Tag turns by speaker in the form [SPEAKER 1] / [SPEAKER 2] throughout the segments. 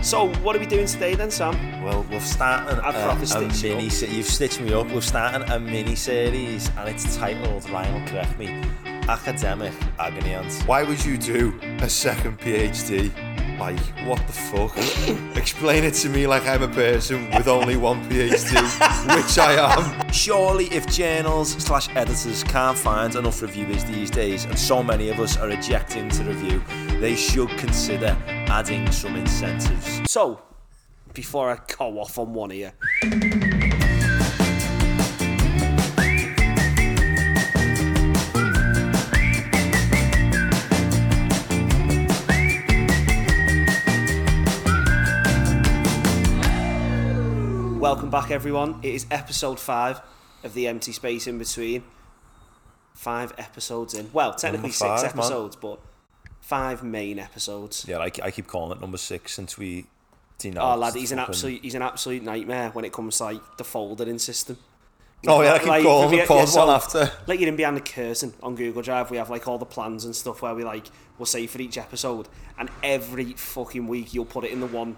[SPEAKER 1] So, what are we doing today then, Sam?
[SPEAKER 2] Well, we've started
[SPEAKER 1] I've
[SPEAKER 2] a,
[SPEAKER 1] proper
[SPEAKER 2] a
[SPEAKER 1] stitched you
[SPEAKER 2] mini.
[SPEAKER 1] up.
[SPEAKER 2] Se- you've stitched me up. We've started a mini series, and it's titled Ryan, correct me. Academic agony aunt.
[SPEAKER 3] Why would you do a second PhD? Like, what the fuck? Explain it to me like I'm a person with only one PhD, which I am.
[SPEAKER 2] Surely, if journals slash editors can't find enough reviewers these days, and so many of us are ejecting to review, they should consider adding some incentives.
[SPEAKER 1] So, before I go off on one here, welcome back everyone. It is episode five of the empty space in between. Five episodes in. Well, technically six
[SPEAKER 2] five, man.
[SPEAKER 1] episodes, but five main episodes.
[SPEAKER 2] Yeah, I, I keep calling it number six since we. denounced
[SPEAKER 1] Oh lad, he's an
[SPEAKER 2] fucking-
[SPEAKER 1] absolute he's an absolute nightmare when it comes to like the foldering system.
[SPEAKER 2] Oh yeah, I keep
[SPEAKER 1] Like,
[SPEAKER 2] calling
[SPEAKER 1] yeah,
[SPEAKER 2] the pause
[SPEAKER 1] yeah,
[SPEAKER 2] one
[SPEAKER 1] so-
[SPEAKER 2] after.
[SPEAKER 1] Like you're in behind the curtain on Google Drive, we have like all the plans and stuff where we like we'll say for each episode, and every fucking week you'll put it in the one.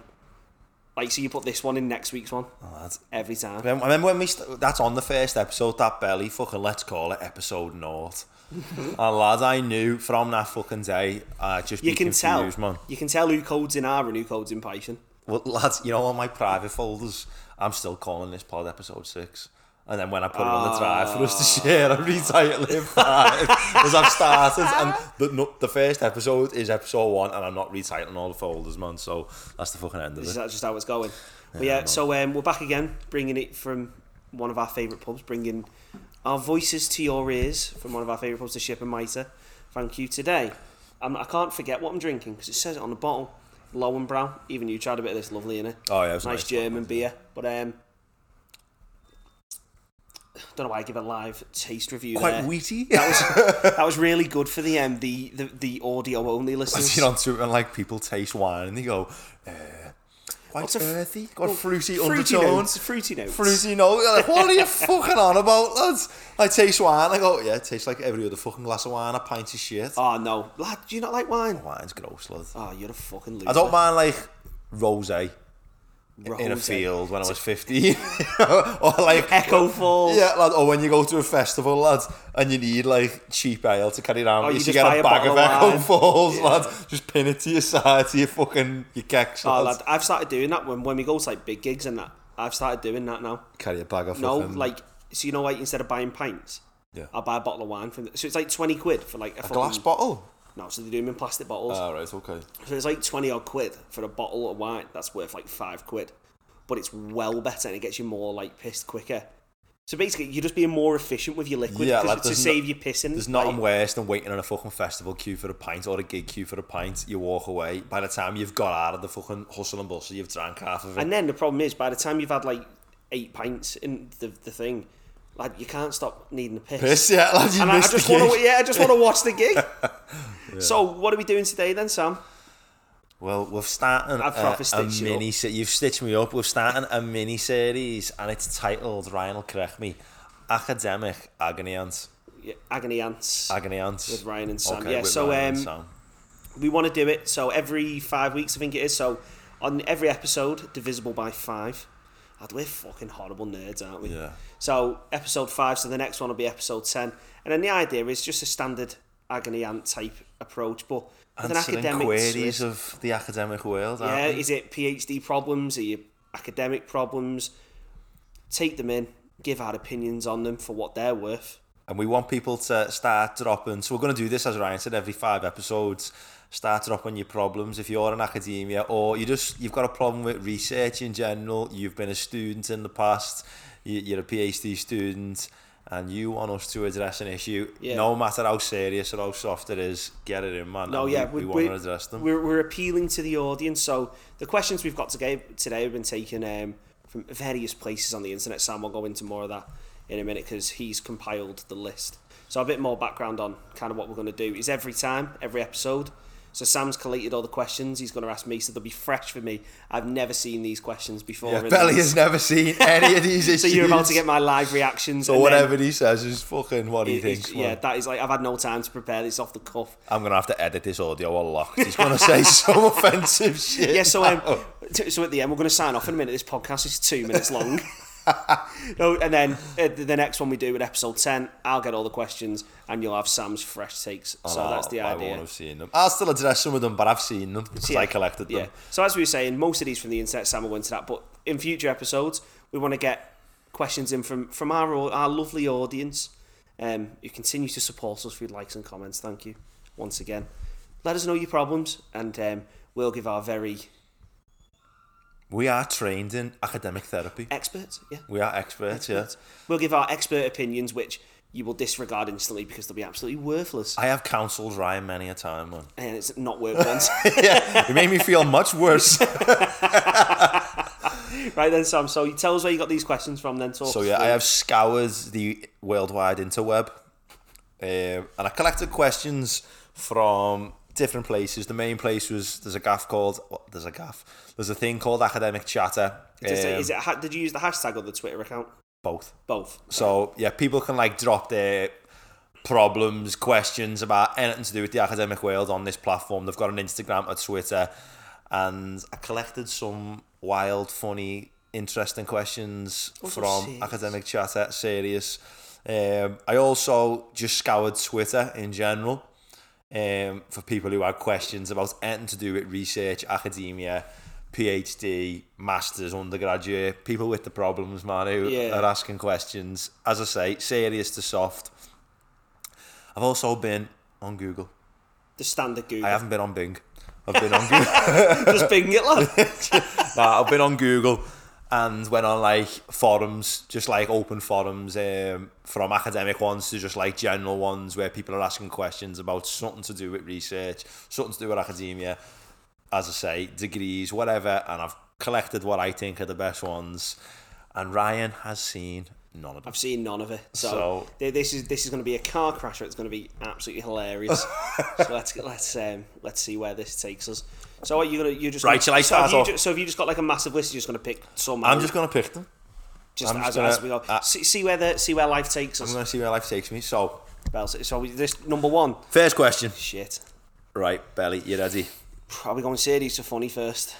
[SPEAKER 1] Like so, you put this one in next week's one
[SPEAKER 2] Oh, lad.
[SPEAKER 1] every time.
[SPEAKER 2] Remember, remember when we st- that's on the first episode that belly fucking let's call it episode naught. and lad, I knew from that fucking day. I just
[SPEAKER 1] You
[SPEAKER 2] be
[SPEAKER 1] can tell.
[SPEAKER 2] confused, man.
[SPEAKER 1] You can tell who codes in R and who codes in Python.
[SPEAKER 2] Well, lads, you know on my private folders, I'm still calling this pod episode six. And then when I put it on the drive for us
[SPEAKER 1] Ah.
[SPEAKER 2] to share, I retitle it five because I've started. And
[SPEAKER 1] Ah.
[SPEAKER 2] the no, the first episode is episode one, and I'm not retitling all the folders, man. So that's the fucking end of
[SPEAKER 1] Is
[SPEAKER 2] it.
[SPEAKER 1] that just how it's going? But yeah, so um, we're back again, bringing it from one of our favourite pubs, bringing our voices to your ears from one of our favourite pubs, the Ship and Mitre. Thank you today. Um, I can't forget what I'm drinking because it says it on the bottle. Lowenbrau. Even you tried a bit of this, lovely innit?
[SPEAKER 2] Oh yeah, it was
[SPEAKER 1] nice, German beer, but um, don't know why I give a live taste review.
[SPEAKER 2] Quite
[SPEAKER 1] there.
[SPEAKER 2] wheaty.
[SPEAKER 1] That was really good for the um, the, the the audio only
[SPEAKER 2] I've
[SPEAKER 1] listeners.
[SPEAKER 2] seen on Twitter and like people taste wine and they go, uh, quite
[SPEAKER 1] Lots of-
[SPEAKER 2] earthy, got
[SPEAKER 1] Well,
[SPEAKER 2] fruity,
[SPEAKER 1] oh, fruity notes,
[SPEAKER 2] undertones.
[SPEAKER 1] fruity notes.
[SPEAKER 2] Fruity note. You're like, what are you fucking on about, lads? I taste wine. I go, yeah, it tastes like every other fucking glass of wine, a pint of shit.
[SPEAKER 1] Oh no, lad, do you not like wine?
[SPEAKER 2] Wine's gross, lad.
[SPEAKER 1] Oh, you're a fucking loser.
[SPEAKER 2] I don't mind like rosé in a
[SPEAKER 1] Rose.
[SPEAKER 2] field when I was 15. or like,
[SPEAKER 1] Echo Falls.
[SPEAKER 2] yeah, lad, or when you go to a festival, lad, and you need like cheap ale to carry around.
[SPEAKER 1] Oh,
[SPEAKER 2] with
[SPEAKER 1] you
[SPEAKER 2] you, so
[SPEAKER 1] just
[SPEAKER 2] you
[SPEAKER 1] buy
[SPEAKER 2] get
[SPEAKER 1] a
[SPEAKER 2] a bag
[SPEAKER 1] bottle
[SPEAKER 2] of
[SPEAKER 1] of
[SPEAKER 2] Echo
[SPEAKER 1] wine.
[SPEAKER 2] Falls, lad. Just pin it to your side, to your fucking, your kecks,
[SPEAKER 1] Oh,
[SPEAKER 2] lad.
[SPEAKER 1] lad, I've started doing that when, when we go to like big gigs and that. I've started doing that now.
[SPEAKER 2] carry a bag of
[SPEAKER 1] No,
[SPEAKER 2] fucking-
[SPEAKER 1] like, so you know, like, instead of buying pints,
[SPEAKER 2] um, yeah.
[SPEAKER 1] I'll buy a bottle of wine from. So it's like 20 quid for like a,
[SPEAKER 2] a glass Ah.
[SPEAKER 1] fucking-
[SPEAKER 2] bottle.
[SPEAKER 1] No, so they do them in plastic bottles.
[SPEAKER 2] All right, okay.
[SPEAKER 1] so it's like 20 odd quid for a bottle of wine that's worth like five quid. But it's well better and it gets you more like pissed quicker. So basically, you're just being more efficient with your liquid
[SPEAKER 2] Yeah,
[SPEAKER 1] 'cause
[SPEAKER 2] lad,
[SPEAKER 1] to
[SPEAKER 2] there's no-
[SPEAKER 1] save your pissing.
[SPEAKER 2] There's nothing
[SPEAKER 1] like-
[SPEAKER 2] worse than waiting in a fucking festival queue for a pint or a gig queue for a pint. You walk away. By the time you've got out of the fucking hustle and bustle, you've drank half of it.
[SPEAKER 1] And then the problem is, by the time you've had like eight pints in the, the thing, like you can't stop needing a piss.
[SPEAKER 2] Piss, yeah, lad, you
[SPEAKER 1] And I, I
[SPEAKER 2] missed
[SPEAKER 1] just
[SPEAKER 2] the
[SPEAKER 1] want to,
[SPEAKER 2] gig.
[SPEAKER 1] yeah, I just want to watch the gig. So what are we doing today then, Sam?
[SPEAKER 2] Well, we've started
[SPEAKER 1] I've
[SPEAKER 2] a,
[SPEAKER 1] proper
[SPEAKER 2] a
[SPEAKER 1] stitched you
[SPEAKER 2] mini.
[SPEAKER 1] up.
[SPEAKER 2] Se- you've stitched me up. We've started a mini series, and it's titled Ryan will correct me. Academic agony ants.
[SPEAKER 1] Yeah, Agony Ants.
[SPEAKER 2] Agony ants.
[SPEAKER 1] With Ryan and Sam,
[SPEAKER 2] Okay,
[SPEAKER 1] yeah,
[SPEAKER 2] with
[SPEAKER 1] so,
[SPEAKER 2] Ryan and
[SPEAKER 1] um,
[SPEAKER 2] Sam.
[SPEAKER 1] we want to do it. So every five weeks, I think it is. So on every episode, divisible by five. God, we're fucking horrible nerds, aren't we?
[SPEAKER 2] Yeah.
[SPEAKER 1] So episode five. So the next one will be episode ten. And then the idea is just a standard agony ant type approach, but with an
[SPEAKER 2] Answering
[SPEAKER 1] academic twist.
[SPEAKER 2] queries of the academic world. aren't
[SPEAKER 1] Yeah,
[SPEAKER 2] we?
[SPEAKER 1] is it PhD problems? Are you academic problems? Take them in, give our opinions on them for what they're worth.
[SPEAKER 2] and we want people to start dropping. So we're going to do this as Ryan said every five episodes. Start dropping your problems if you're in academia or you just you've got a problem with research in general. You've been a student in the past. you- You're a PhD student, and you want us to address an issue,
[SPEAKER 1] Yeah.
[SPEAKER 2] no matter how serious or how soft it is. Get it in, man.
[SPEAKER 1] No,
[SPEAKER 2] and
[SPEAKER 1] Oh, yeah,
[SPEAKER 2] we,
[SPEAKER 1] we-
[SPEAKER 2] we, want to
[SPEAKER 1] we-
[SPEAKER 2] address them.
[SPEAKER 1] We're, we're appealing to the audience. So the questions we've got today today have been taken um, from various places on the internet. Sam will go into more of that in a minute because he's compiled the list. So a bit more background on kind of what we're going to do is every time, every episode, So Sam's collated all the questions he's going to ask me, so they'll be fresh for me. I've never seen these questions before.
[SPEAKER 2] Yeah,
[SPEAKER 1] in
[SPEAKER 2] Belly
[SPEAKER 1] these.
[SPEAKER 2] has never seen any of these issues.
[SPEAKER 1] so you're about to get my live reactions.
[SPEAKER 2] So
[SPEAKER 1] and then
[SPEAKER 2] whatever he says is fucking what he
[SPEAKER 1] it- it's-
[SPEAKER 2] thinks.
[SPEAKER 1] yeah,
[SPEAKER 2] man.
[SPEAKER 1] that is like I've had no time to prepare this off the cuff.
[SPEAKER 2] I'm gonna have to edit this audio a lot. 'cause He's gonna say some offensive shit. Oh,
[SPEAKER 1] Yeah, so um, t- so at the end we're going to sign off in a minute. This podcast is two minutes long. no, and then uh, the the next one we do in episode ten, I'll get all the questions, and you'll have Sam's fresh takes. So
[SPEAKER 2] Oh,
[SPEAKER 1] that's the
[SPEAKER 2] I won't
[SPEAKER 1] idea.
[SPEAKER 2] have seen them. I'll still address some of them, but I've seen them because I collected them.
[SPEAKER 1] Yeah. So as we were saying, most of these from the internet, Sam will went to that. But in future episodes, we want to get questions in from from our au- our lovely audience. Um, who continue to support us through likes and comments. Thank you once again. Let us know your problems, and um, we'll give our very
[SPEAKER 2] We are trained in academic therapy.
[SPEAKER 1] experts. Yeah.
[SPEAKER 2] We are experts. Yeah.
[SPEAKER 1] We'll give our expert opinions, which you will disregard instantly because they'll be absolutely worthless.
[SPEAKER 2] I have counselled Ryan many a time, man.
[SPEAKER 1] and it's not worth once.
[SPEAKER 2] It made me feel much worse.
[SPEAKER 1] right then, Sam. So you tell us where you got these questions from, then talk.
[SPEAKER 2] So
[SPEAKER 1] us
[SPEAKER 2] yeah, I
[SPEAKER 1] through.
[SPEAKER 2] have scoured the worldwide interweb, um, and I collected questions from different places. The main place was there's a gaff called well, there's a gaff. There's a thing called academic chatter.
[SPEAKER 1] Is it,
[SPEAKER 2] um,
[SPEAKER 1] is it, ha- did you use the hashtag or the Twitter account?
[SPEAKER 2] both?
[SPEAKER 1] Both.
[SPEAKER 2] So yeah, people can like drop their problems, questions about anything to do with the academic world on this platform. They've got an Instagram, a Twitter, and I collected some wild, funny, interesting questions
[SPEAKER 1] Also
[SPEAKER 2] from
[SPEAKER 1] serious.
[SPEAKER 2] academic chatter. Serious. Um, I also just scoured Twitter in general um, for people who had questions about anything to do with research, academia, PhD, masters, undergraduate, people with the problems, man, who
[SPEAKER 1] Yeah.
[SPEAKER 2] are asking questions. As I say, serious to soft. I've also been on Google.
[SPEAKER 1] The standard Google.
[SPEAKER 2] I haven't been on Bing. I've been on Google.
[SPEAKER 1] Just bing it, lad.
[SPEAKER 2] Nah, I've been on Google and went on like forums, just like open forums, um, from academic ones to just like general ones where people are asking questions about something to do with research, something to do with academia, as I say, degrees, whatever. And I've collected what I think are the best ones. And Ryan has seen none of them.
[SPEAKER 1] I've seen none of it. So,
[SPEAKER 2] So-
[SPEAKER 1] th- this is this is going to be a car crash. Or it's going to be absolutely hilarious. so let's let's um, let's see where this takes us. So are you gonna you just
[SPEAKER 2] Right,
[SPEAKER 1] gonna-
[SPEAKER 2] shall I
[SPEAKER 1] so have
[SPEAKER 2] start
[SPEAKER 1] you
[SPEAKER 2] off?
[SPEAKER 1] ju- so have you just got like a massive list? You're just going to pick some.
[SPEAKER 2] I'm
[SPEAKER 1] out?
[SPEAKER 2] just going to pick them.
[SPEAKER 1] just
[SPEAKER 2] I'm
[SPEAKER 1] as,
[SPEAKER 2] just gonna-
[SPEAKER 1] as we go.
[SPEAKER 2] uh,
[SPEAKER 1] see, see where the see where life takes us.
[SPEAKER 2] I'm going to see where life takes me. So,
[SPEAKER 1] Well, so, so we, this number one.
[SPEAKER 2] first question.
[SPEAKER 1] Shit.
[SPEAKER 2] Right, Belly, you ready?
[SPEAKER 1] Are we going serious or funny first?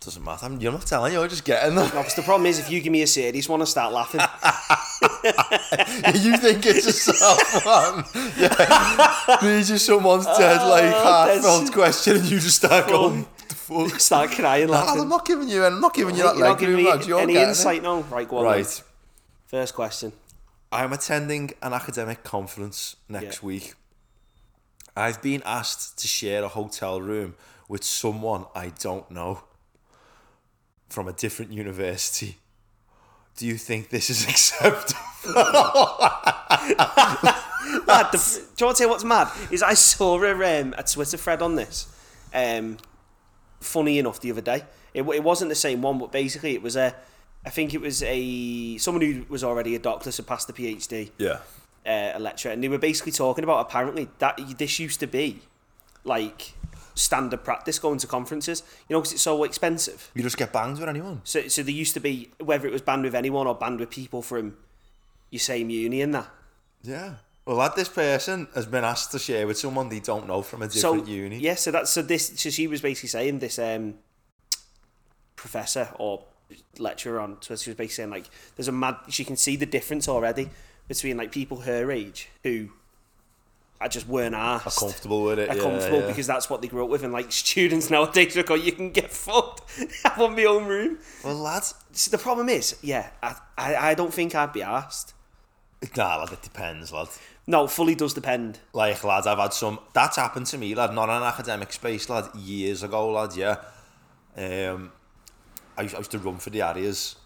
[SPEAKER 2] Doesn't matter. I'm- You're not telling you. I'm just getting them.
[SPEAKER 1] No, because the problem is if you give me a serious one, I start laughing.
[SPEAKER 2] you think it's a soft one. Yeah. There's just someone's dead,
[SPEAKER 1] Oh,
[SPEAKER 2] like,
[SPEAKER 1] that's-
[SPEAKER 2] heartfelt question, and you just start going, what the fuck?
[SPEAKER 1] start crying,
[SPEAKER 2] Lad,
[SPEAKER 1] laughing.
[SPEAKER 2] I'm not giving you, I'm not giving you
[SPEAKER 1] You're
[SPEAKER 2] that
[SPEAKER 1] not
[SPEAKER 2] leg
[SPEAKER 1] giving
[SPEAKER 2] room,
[SPEAKER 1] me
[SPEAKER 2] lad. You're
[SPEAKER 1] any
[SPEAKER 2] getting it.
[SPEAKER 1] insight, no. Right, go on. then.
[SPEAKER 2] Right.
[SPEAKER 1] First question.
[SPEAKER 2] I'm attending an academic conference next
[SPEAKER 1] Yeah.
[SPEAKER 2] week. I've been asked to share a hotel room with someone I don't know from a different university. Do you think this is acceptable?
[SPEAKER 1] Lad, the, do you want to hear what's mad? Is I saw a, um, a Twitter thread on this. Um, funny enough, the other day, it, wa- it wasn't the same one, but basically it was a. I think it was a someone who was already a doctor, so passed the PhD.
[SPEAKER 2] Yeah.
[SPEAKER 1] uh, a lecturer, and they were basically talking about apparently that this used to be like standard practice going to conferences, you know, because it's so expensive.
[SPEAKER 2] You just get banged with anyone.
[SPEAKER 1] So, so there used to be whether it was banned with anyone or banned with people from your same uni and that.
[SPEAKER 2] Yeah. Well, that this person has been asked to share with someone they don't know from a different
[SPEAKER 1] so
[SPEAKER 2] uni.
[SPEAKER 1] yeah, so that's so this. So she was basically saying this um, professor or lecturer on Twitter she was basically saying like there's a mad. She can see the difference already between like people her age who. I just weren't asked.
[SPEAKER 2] Are comfortable with it.
[SPEAKER 1] are
[SPEAKER 2] yeah,
[SPEAKER 1] comfortable
[SPEAKER 2] yeah.
[SPEAKER 1] because that's what they grew up with. And like students nowadays are going, you can get fucked. I want my own room.
[SPEAKER 2] Well, lads.
[SPEAKER 1] So the problem is, yeah, I, I, I don't think I'd be asked.
[SPEAKER 2] Nah, lad, it depends, lad.
[SPEAKER 1] No, fully does depend.
[SPEAKER 2] Like, lad, I've had some. That's happened to me, lad. Not in an academic space, lad. Years ago, lad, yeah. Um, I used, I used to run for the Arias.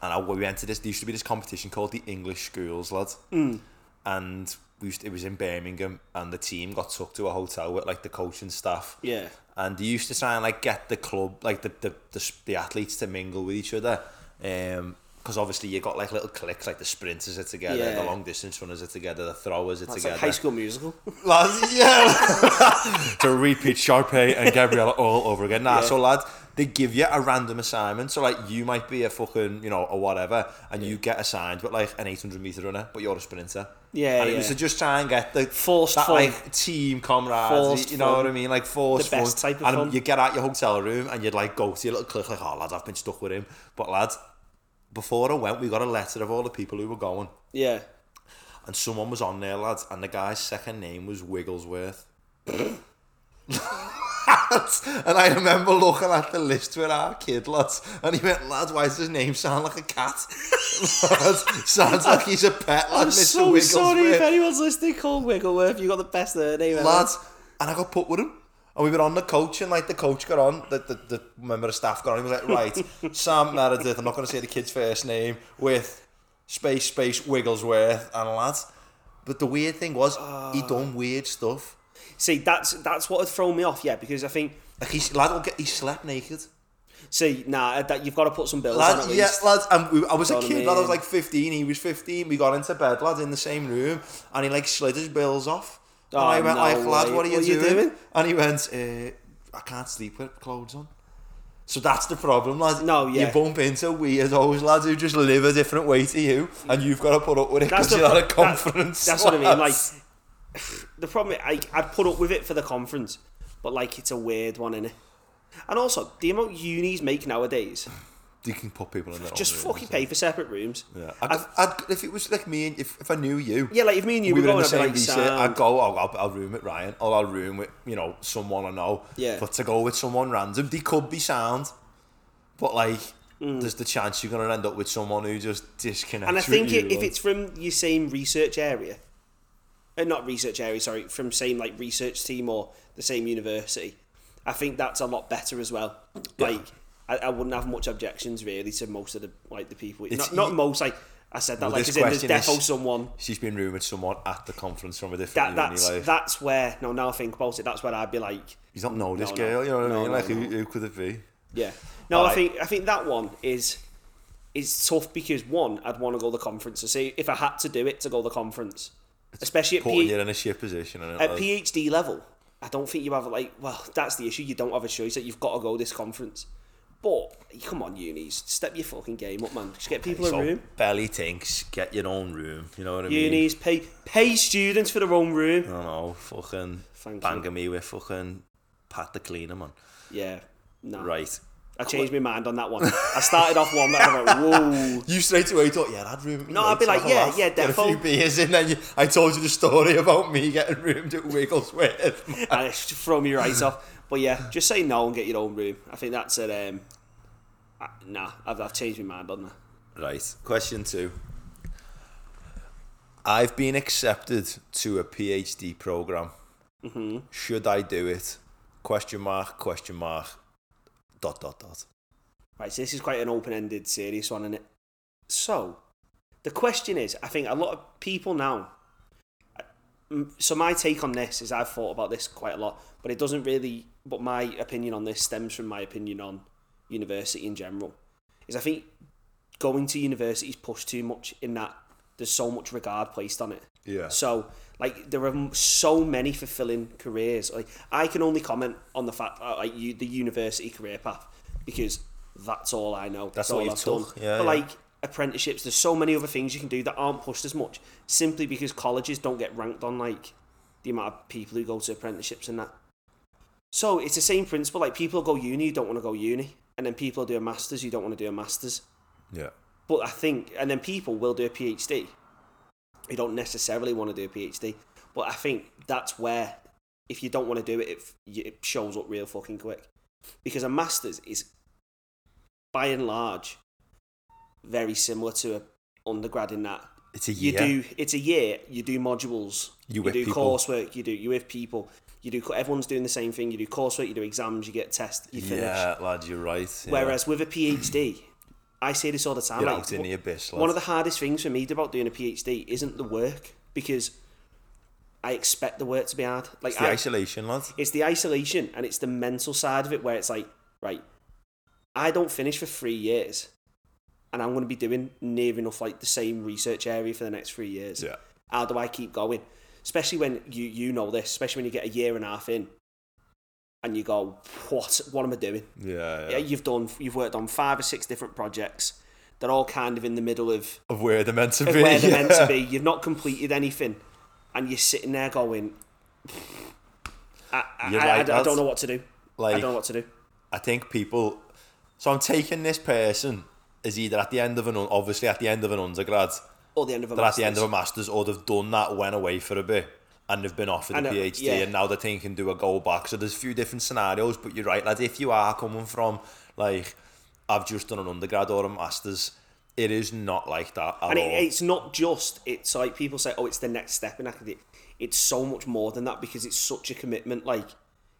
[SPEAKER 2] And I, we went to this. There used to be this competition called the English Schools, lad.
[SPEAKER 1] Hmm.
[SPEAKER 2] And we used, it was in Birmingham. And the team got took to a hotel with, like, the coach and staff.
[SPEAKER 1] Yeah.
[SPEAKER 2] and they used to try and like get the club like the the the, s- the athletes to mingle with each other um because obviously you got like little clicks, like the sprinters are together,
[SPEAKER 1] Yeah.
[SPEAKER 2] the long distance runners are together, the throwers are
[SPEAKER 1] That's like
[SPEAKER 2] together.
[SPEAKER 1] High School Musical.
[SPEAKER 2] Lads, yeah,
[SPEAKER 3] to repeat Sharpay and Gabriella all over again.
[SPEAKER 2] nah,
[SPEAKER 3] Nah,
[SPEAKER 2] so lad, they give you a random assignment. So like you might be a fucking, you know, or whatever, and you get assigned with like an 800 meter runner, but you're a sprinter.
[SPEAKER 1] Yeah,
[SPEAKER 2] and it
[SPEAKER 1] yeah.
[SPEAKER 2] was to just try and get the
[SPEAKER 1] Forced
[SPEAKER 2] that,
[SPEAKER 1] fun.
[SPEAKER 2] like team camaraderie.
[SPEAKER 1] Forced
[SPEAKER 2] you know
[SPEAKER 1] fun.
[SPEAKER 2] what I mean? Like forced
[SPEAKER 1] The best
[SPEAKER 2] fun.
[SPEAKER 1] type of
[SPEAKER 2] and
[SPEAKER 1] fun.
[SPEAKER 2] you get out your hotel room and you'd like go to your little clique, like, oh lad, I've been stuck with him. But lad, before I went, we got a letter of all the people who were going,
[SPEAKER 1] Yeah.
[SPEAKER 2] and someone was on there, lads, and the guy's second name was Wigglesworth. and I remember looking at the list with our kid, lads, and he went, lad, why does his name sound like a cat? lad, sounds like he's a pet, lad,
[SPEAKER 1] I'm
[SPEAKER 2] Mr.
[SPEAKER 1] so
[SPEAKER 2] Wigglesworth.
[SPEAKER 1] sorry if anyone's listening. Call Wiggleworth. You got the best uh, name ever.
[SPEAKER 2] lads, and I got put with him. And we were on the coach, and like the coach got on, the, the, the member of staff got on. He was like, Right, Sam Meredith, I'm not going to say the kid's first name, with space, space, Wigglesworth, and lads. But the weird thing was, he done weird stuff.
[SPEAKER 1] See, that's that's what had thrown me off. Yeah, because I think
[SPEAKER 2] Like, he, lad, will get, he slept naked.
[SPEAKER 1] see, nah, that you've got to put some bills on
[SPEAKER 2] Lad,
[SPEAKER 1] at
[SPEAKER 2] yeah,
[SPEAKER 1] least.
[SPEAKER 2] lads, and we, I was a
[SPEAKER 1] Got him
[SPEAKER 2] kid, lad, I was
[SPEAKER 1] in.
[SPEAKER 2] like 15, he was 15. We got into bed, lad, in the same room, and he like slid his bills off. And
[SPEAKER 1] Oh,
[SPEAKER 2] I went,
[SPEAKER 1] no
[SPEAKER 2] like, lad,
[SPEAKER 1] way.
[SPEAKER 2] what are you,
[SPEAKER 1] What are you
[SPEAKER 2] doing?
[SPEAKER 1] doing?
[SPEAKER 2] And he went, uh, I can't sleep with clothes on. So that's the problem, lad.
[SPEAKER 1] No, yeah.
[SPEAKER 2] You bump into weirdos, lads, who just live a different way to you, and you've got to put up with it
[SPEAKER 1] That's
[SPEAKER 2] because
[SPEAKER 1] the
[SPEAKER 2] you're not a
[SPEAKER 1] pro- that-
[SPEAKER 2] conference.
[SPEAKER 1] That's what I mean. Like
[SPEAKER 2] lads.
[SPEAKER 1] the problem, I I'd put up with it for the conference, but like it's a weird one, innit? And also, the amount unis make nowadays,
[SPEAKER 2] Oh, you can put people in there.
[SPEAKER 1] just fucking pay for separate rooms.
[SPEAKER 2] Yeah.
[SPEAKER 1] I've-
[SPEAKER 2] I'd, I'd, if it was like me, and if, if I knew you,
[SPEAKER 1] Yeah, like if me and you
[SPEAKER 2] we
[SPEAKER 1] were
[SPEAKER 2] were in
[SPEAKER 1] going,
[SPEAKER 2] the
[SPEAKER 1] I'd be
[SPEAKER 2] same
[SPEAKER 1] like,
[SPEAKER 2] DC.
[SPEAKER 1] Sam,
[SPEAKER 2] I'd go, I'll, I'll, I'll room with Ryan, or I'll room with, you know, someone I know.
[SPEAKER 1] Yeah.
[SPEAKER 2] But to go with someone random, they could be sound, but like, there's the chance you're going to end up with someone who just disconnects
[SPEAKER 1] Mm. and I
[SPEAKER 2] with
[SPEAKER 1] think
[SPEAKER 2] you,
[SPEAKER 1] it, if
[SPEAKER 2] like.
[SPEAKER 1] it's from your same research area, uh, not research area, sorry, from same like research team or the same university, I think that's a lot better as well. Like, I, I wouldn't have much objections really to most of the like the people.
[SPEAKER 2] It's
[SPEAKER 1] not, not
[SPEAKER 2] e-
[SPEAKER 1] most like I said that
[SPEAKER 2] Well,
[SPEAKER 1] like
[SPEAKER 2] this
[SPEAKER 1] as in there's
[SPEAKER 2] question
[SPEAKER 1] defo
[SPEAKER 2] is-
[SPEAKER 1] someone
[SPEAKER 2] She's been rooming someone at the conference from a different
[SPEAKER 1] that
[SPEAKER 2] uni,
[SPEAKER 1] that's
[SPEAKER 2] like,
[SPEAKER 1] that's where no now I think about it that's where I'd be like
[SPEAKER 2] you don't know this
[SPEAKER 1] No, no.
[SPEAKER 2] girl, you know what I
[SPEAKER 1] No,
[SPEAKER 2] mean?
[SPEAKER 1] no,
[SPEAKER 2] like,
[SPEAKER 1] no.
[SPEAKER 2] Who, who could it be?
[SPEAKER 1] yeah no I
[SPEAKER 2] Alright.
[SPEAKER 1] think I think that one is is tough because one I'd want to go to the conference to see if I had to do it to go to the conference especially at,
[SPEAKER 2] Putting
[SPEAKER 1] P- E.
[SPEAKER 2] you in a shit position, and
[SPEAKER 1] at PhD level I don't think you have like well that's the issue you don't have a choice that you've got to go this conference but come on unis step your fucking game up man just get people a room
[SPEAKER 2] belly tinks, get your own room, you know what I mean?
[SPEAKER 1] unis pay pay students for their own room
[SPEAKER 2] I don't know, fucking
[SPEAKER 1] Thank you.
[SPEAKER 2] banging me with fucking Pat the Cleaner, man.
[SPEAKER 1] yeah no
[SPEAKER 2] Right.
[SPEAKER 1] I changed my mind on that one I started off one that I went whoa
[SPEAKER 2] You straight away thought, yeah, I'd room.
[SPEAKER 1] No, I'd be like, yeah, yeah,
[SPEAKER 2] Get a
[SPEAKER 1] defo.
[SPEAKER 2] few beers in, then you, I told you the story about me getting roomed at Wigglesworth. man.
[SPEAKER 1] and it's just throw me right off. But yeah, just say no and get your own room. I think that's it. Um, I- nah, I've, I've changed my mind on that.
[SPEAKER 2] right. Question two. I've been accepted to a PhD program.
[SPEAKER 1] Mm-hmm.
[SPEAKER 2] Should I do it? Question mark. Question mark. Dot dot dot.
[SPEAKER 1] Right, so this is quite an open-ended, serious one, isn't it? So, the question is, I think a lot of people now. m- So my take on this is I've thought about this quite a lot, but it doesn't really. But my opinion on this stems from my opinion on university in general. Is I think going to university is pushed too much in that there's so much regard placed on it.
[SPEAKER 2] Yeah.
[SPEAKER 1] So, like, there are m- so many fulfilling careers. Like, I can only comment on the fact that, like, you, the university career path, because that's all I know.
[SPEAKER 2] That's
[SPEAKER 1] all
[SPEAKER 2] what you
[SPEAKER 1] I've
[SPEAKER 2] took.
[SPEAKER 1] done.
[SPEAKER 2] Yeah,
[SPEAKER 1] but,
[SPEAKER 2] yeah.
[SPEAKER 1] like, apprenticeships, there's so many other things you can do that aren't pushed as much, simply because colleges don't get ranked on, like, the amount of people who go to apprenticeships and that. So, it's the same principle. Like, people go uni who don't want to go uni, and then people do a master's who don't want to do a master's.
[SPEAKER 2] Yeah.
[SPEAKER 1] But I think, and then people will do a PhD who don't necessarily want to do a PhD. But I think that's where, if you don't want to do it, it, f- y- it shows up real fucking quick. Because a master's is, by and large, very similar to a undergrad in that
[SPEAKER 2] It's a
[SPEAKER 1] you
[SPEAKER 2] year.
[SPEAKER 1] do it's a year you do modules
[SPEAKER 2] You with
[SPEAKER 1] do
[SPEAKER 2] people.
[SPEAKER 1] coursework you do you with people you do everyone's doing the same thing you do coursework you do exams you get tests you finish
[SPEAKER 2] yeah, lad, you're right. yeah.
[SPEAKER 1] Whereas with a PhD, I say this all the time.
[SPEAKER 2] You're
[SPEAKER 1] like,
[SPEAKER 2] out in the abyss, lad.
[SPEAKER 1] One of the hardest things for me about doing a PhD isn't the work because I expect the work to be hard. Like
[SPEAKER 2] It's the
[SPEAKER 1] I-
[SPEAKER 2] isolation, lad.
[SPEAKER 1] it's the isolation and it's the mental side of it where it's like, right, I don't finish for three years. and I'm going to be doing near enough like the same research area for the next three years.
[SPEAKER 3] Yeah.
[SPEAKER 1] How do I keep going? Especially when you you know this, especially when you get a year and a half in, and you go, what what am I doing?
[SPEAKER 3] Yeah,
[SPEAKER 1] Yeah,
[SPEAKER 3] yeah.
[SPEAKER 1] you've done you've worked on five or six different projects. They're all kind of in the middle of
[SPEAKER 3] Of where they're meant to
[SPEAKER 1] of
[SPEAKER 3] be.
[SPEAKER 1] where they're
[SPEAKER 3] yeah.
[SPEAKER 1] meant to be. You've not completed anything, and you're sitting there going, I, I,
[SPEAKER 2] You're
[SPEAKER 1] I-
[SPEAKER 2] right,
[SPEAKER 1] I- I
[SPEAKER 2] that's-
[SPEAKER 1] don't know what to do. I
[SPEAKER 2] Like,
[SPEAKER 1] don't know what to do.
[SPEAKER 2] I think people. So I'm taking this person as either at the end of an un- obviously at the end of an undergrad,
[SPEAKER 1] Or the end of a
[SPEAKER 2] they're at the end
[SPEAKER 1] masters.
[SPEAKER 2] of a masters, or they've done that, went away for a bit, and they've been offered a
[SPEAKER 1] And, uh,
[SPEAKER 2] PhD,
[SPEAKER 1] yeah.
[SPEAKER 2] and now they're thinking do a go back. So there's a few different scenarios, but you're right, lad. If you are coming from like I've just done an undergrad or a masters, it is not like that at
[SPEAKER 1] and
[SPEAKER 2] all.
[SPEAKER 1] it, it's not just it's like people say oh it's the next step in academia it's so much more than that because it's such a commitment like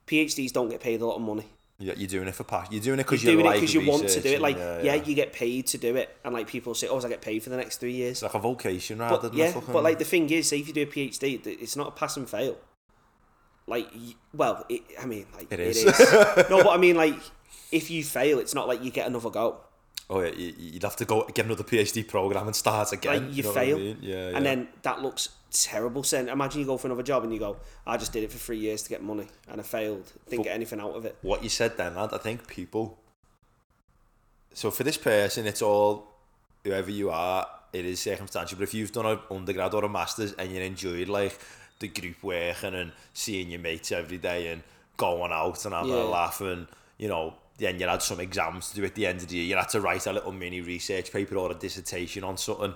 [SPEAKER 1] phds don't get paid a lot of money
[SPEAKER 2] Yeah, you're doing it for passion. You're doing it because you
[SPEAKER 1] doing it
[SPEAKER 2] like
[SPEAKER 1] because you want to do
[SPEAKER 2] researching,
[SPEAKER 1] it like
[SPEAKER 2] yeah,
[SPEAKER 1] yeah,
[SPEAKER 2] yeah.
[SPEAKER 1] you get paid to do it and like people say oh i get paid for the next three years
[SPEAKER 2] It's like a vocation rather
[SPEAKER 1] but,
[SPEAKER 2] than a
[SPEAKER 1] yeah
[SPEAKER 2] fucking.
[SPEAKER 1] but like the thing is say if you do a phd th- it's not a pass and fail like y- well it, i mean like
[SPEAKER 2] It is.
[SPEAKER 1] it is. no but i mean like if you fail it's not like you get another go
[SPEAKER 2] oh yeah, you- you'd have to go get another PhD program and start again.
[SPEAKER 1] like you,
[SPEAKER 2] know what I
[SPEAKER 1] fail,
[SPEAKER 2] mean? Yeah, yeah.
[SPEAKER 1] and then that looks terrible. Saying, imagine you go for another job and you go, I just did it for three years to get money and I failed, didn't get anything out of it.
[SPEAKER 2] what you said then, lad, I think people. So for this person, it's all whoever you are. It is circumstantial, but if you've done an undergrad or a masters and you enjoyed like the group working and seeing your mates every day and going out and having
[SPEAKER 1] Yeah.
[SPEAKER 2] a laugh and you know, then you had some exams to do at the end of the year. You had to write a little mini research paper or a dissertation on something.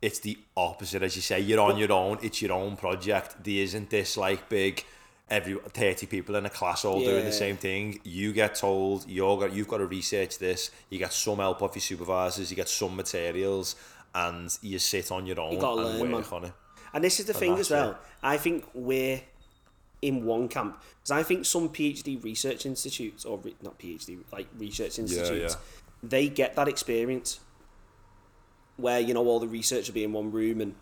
[SPEAKER 2] It's the opposite, as you say. You're on your own. It's your own project. There isn't this like big. Every thirty people in a class all doing
[SPEAKER 1] Yeah.
[SPEAKER 2] the same thing. You get told you're got, you've got to research this. You get some help off your supervisors. You get some materials, and you sit on your own
[SPEAKER 1] gotta
[SPEAKER 2] and
[SPEAKER 1] learn,
[SPEAKER 2] work
[SPEAKER 1] man.
[SPEAKER 2] on it.
[SPEAKER 1] And this is the thing as
[SPEAKER 2] that's
[SPEAKER 1] well. I think we're in one camp because I think some PhD research institutes or re- not PhD like research institutes,
[SPEAKER 3] yeah.
[SPEAKER 1] they get that experience where you know all the research will be in one room and.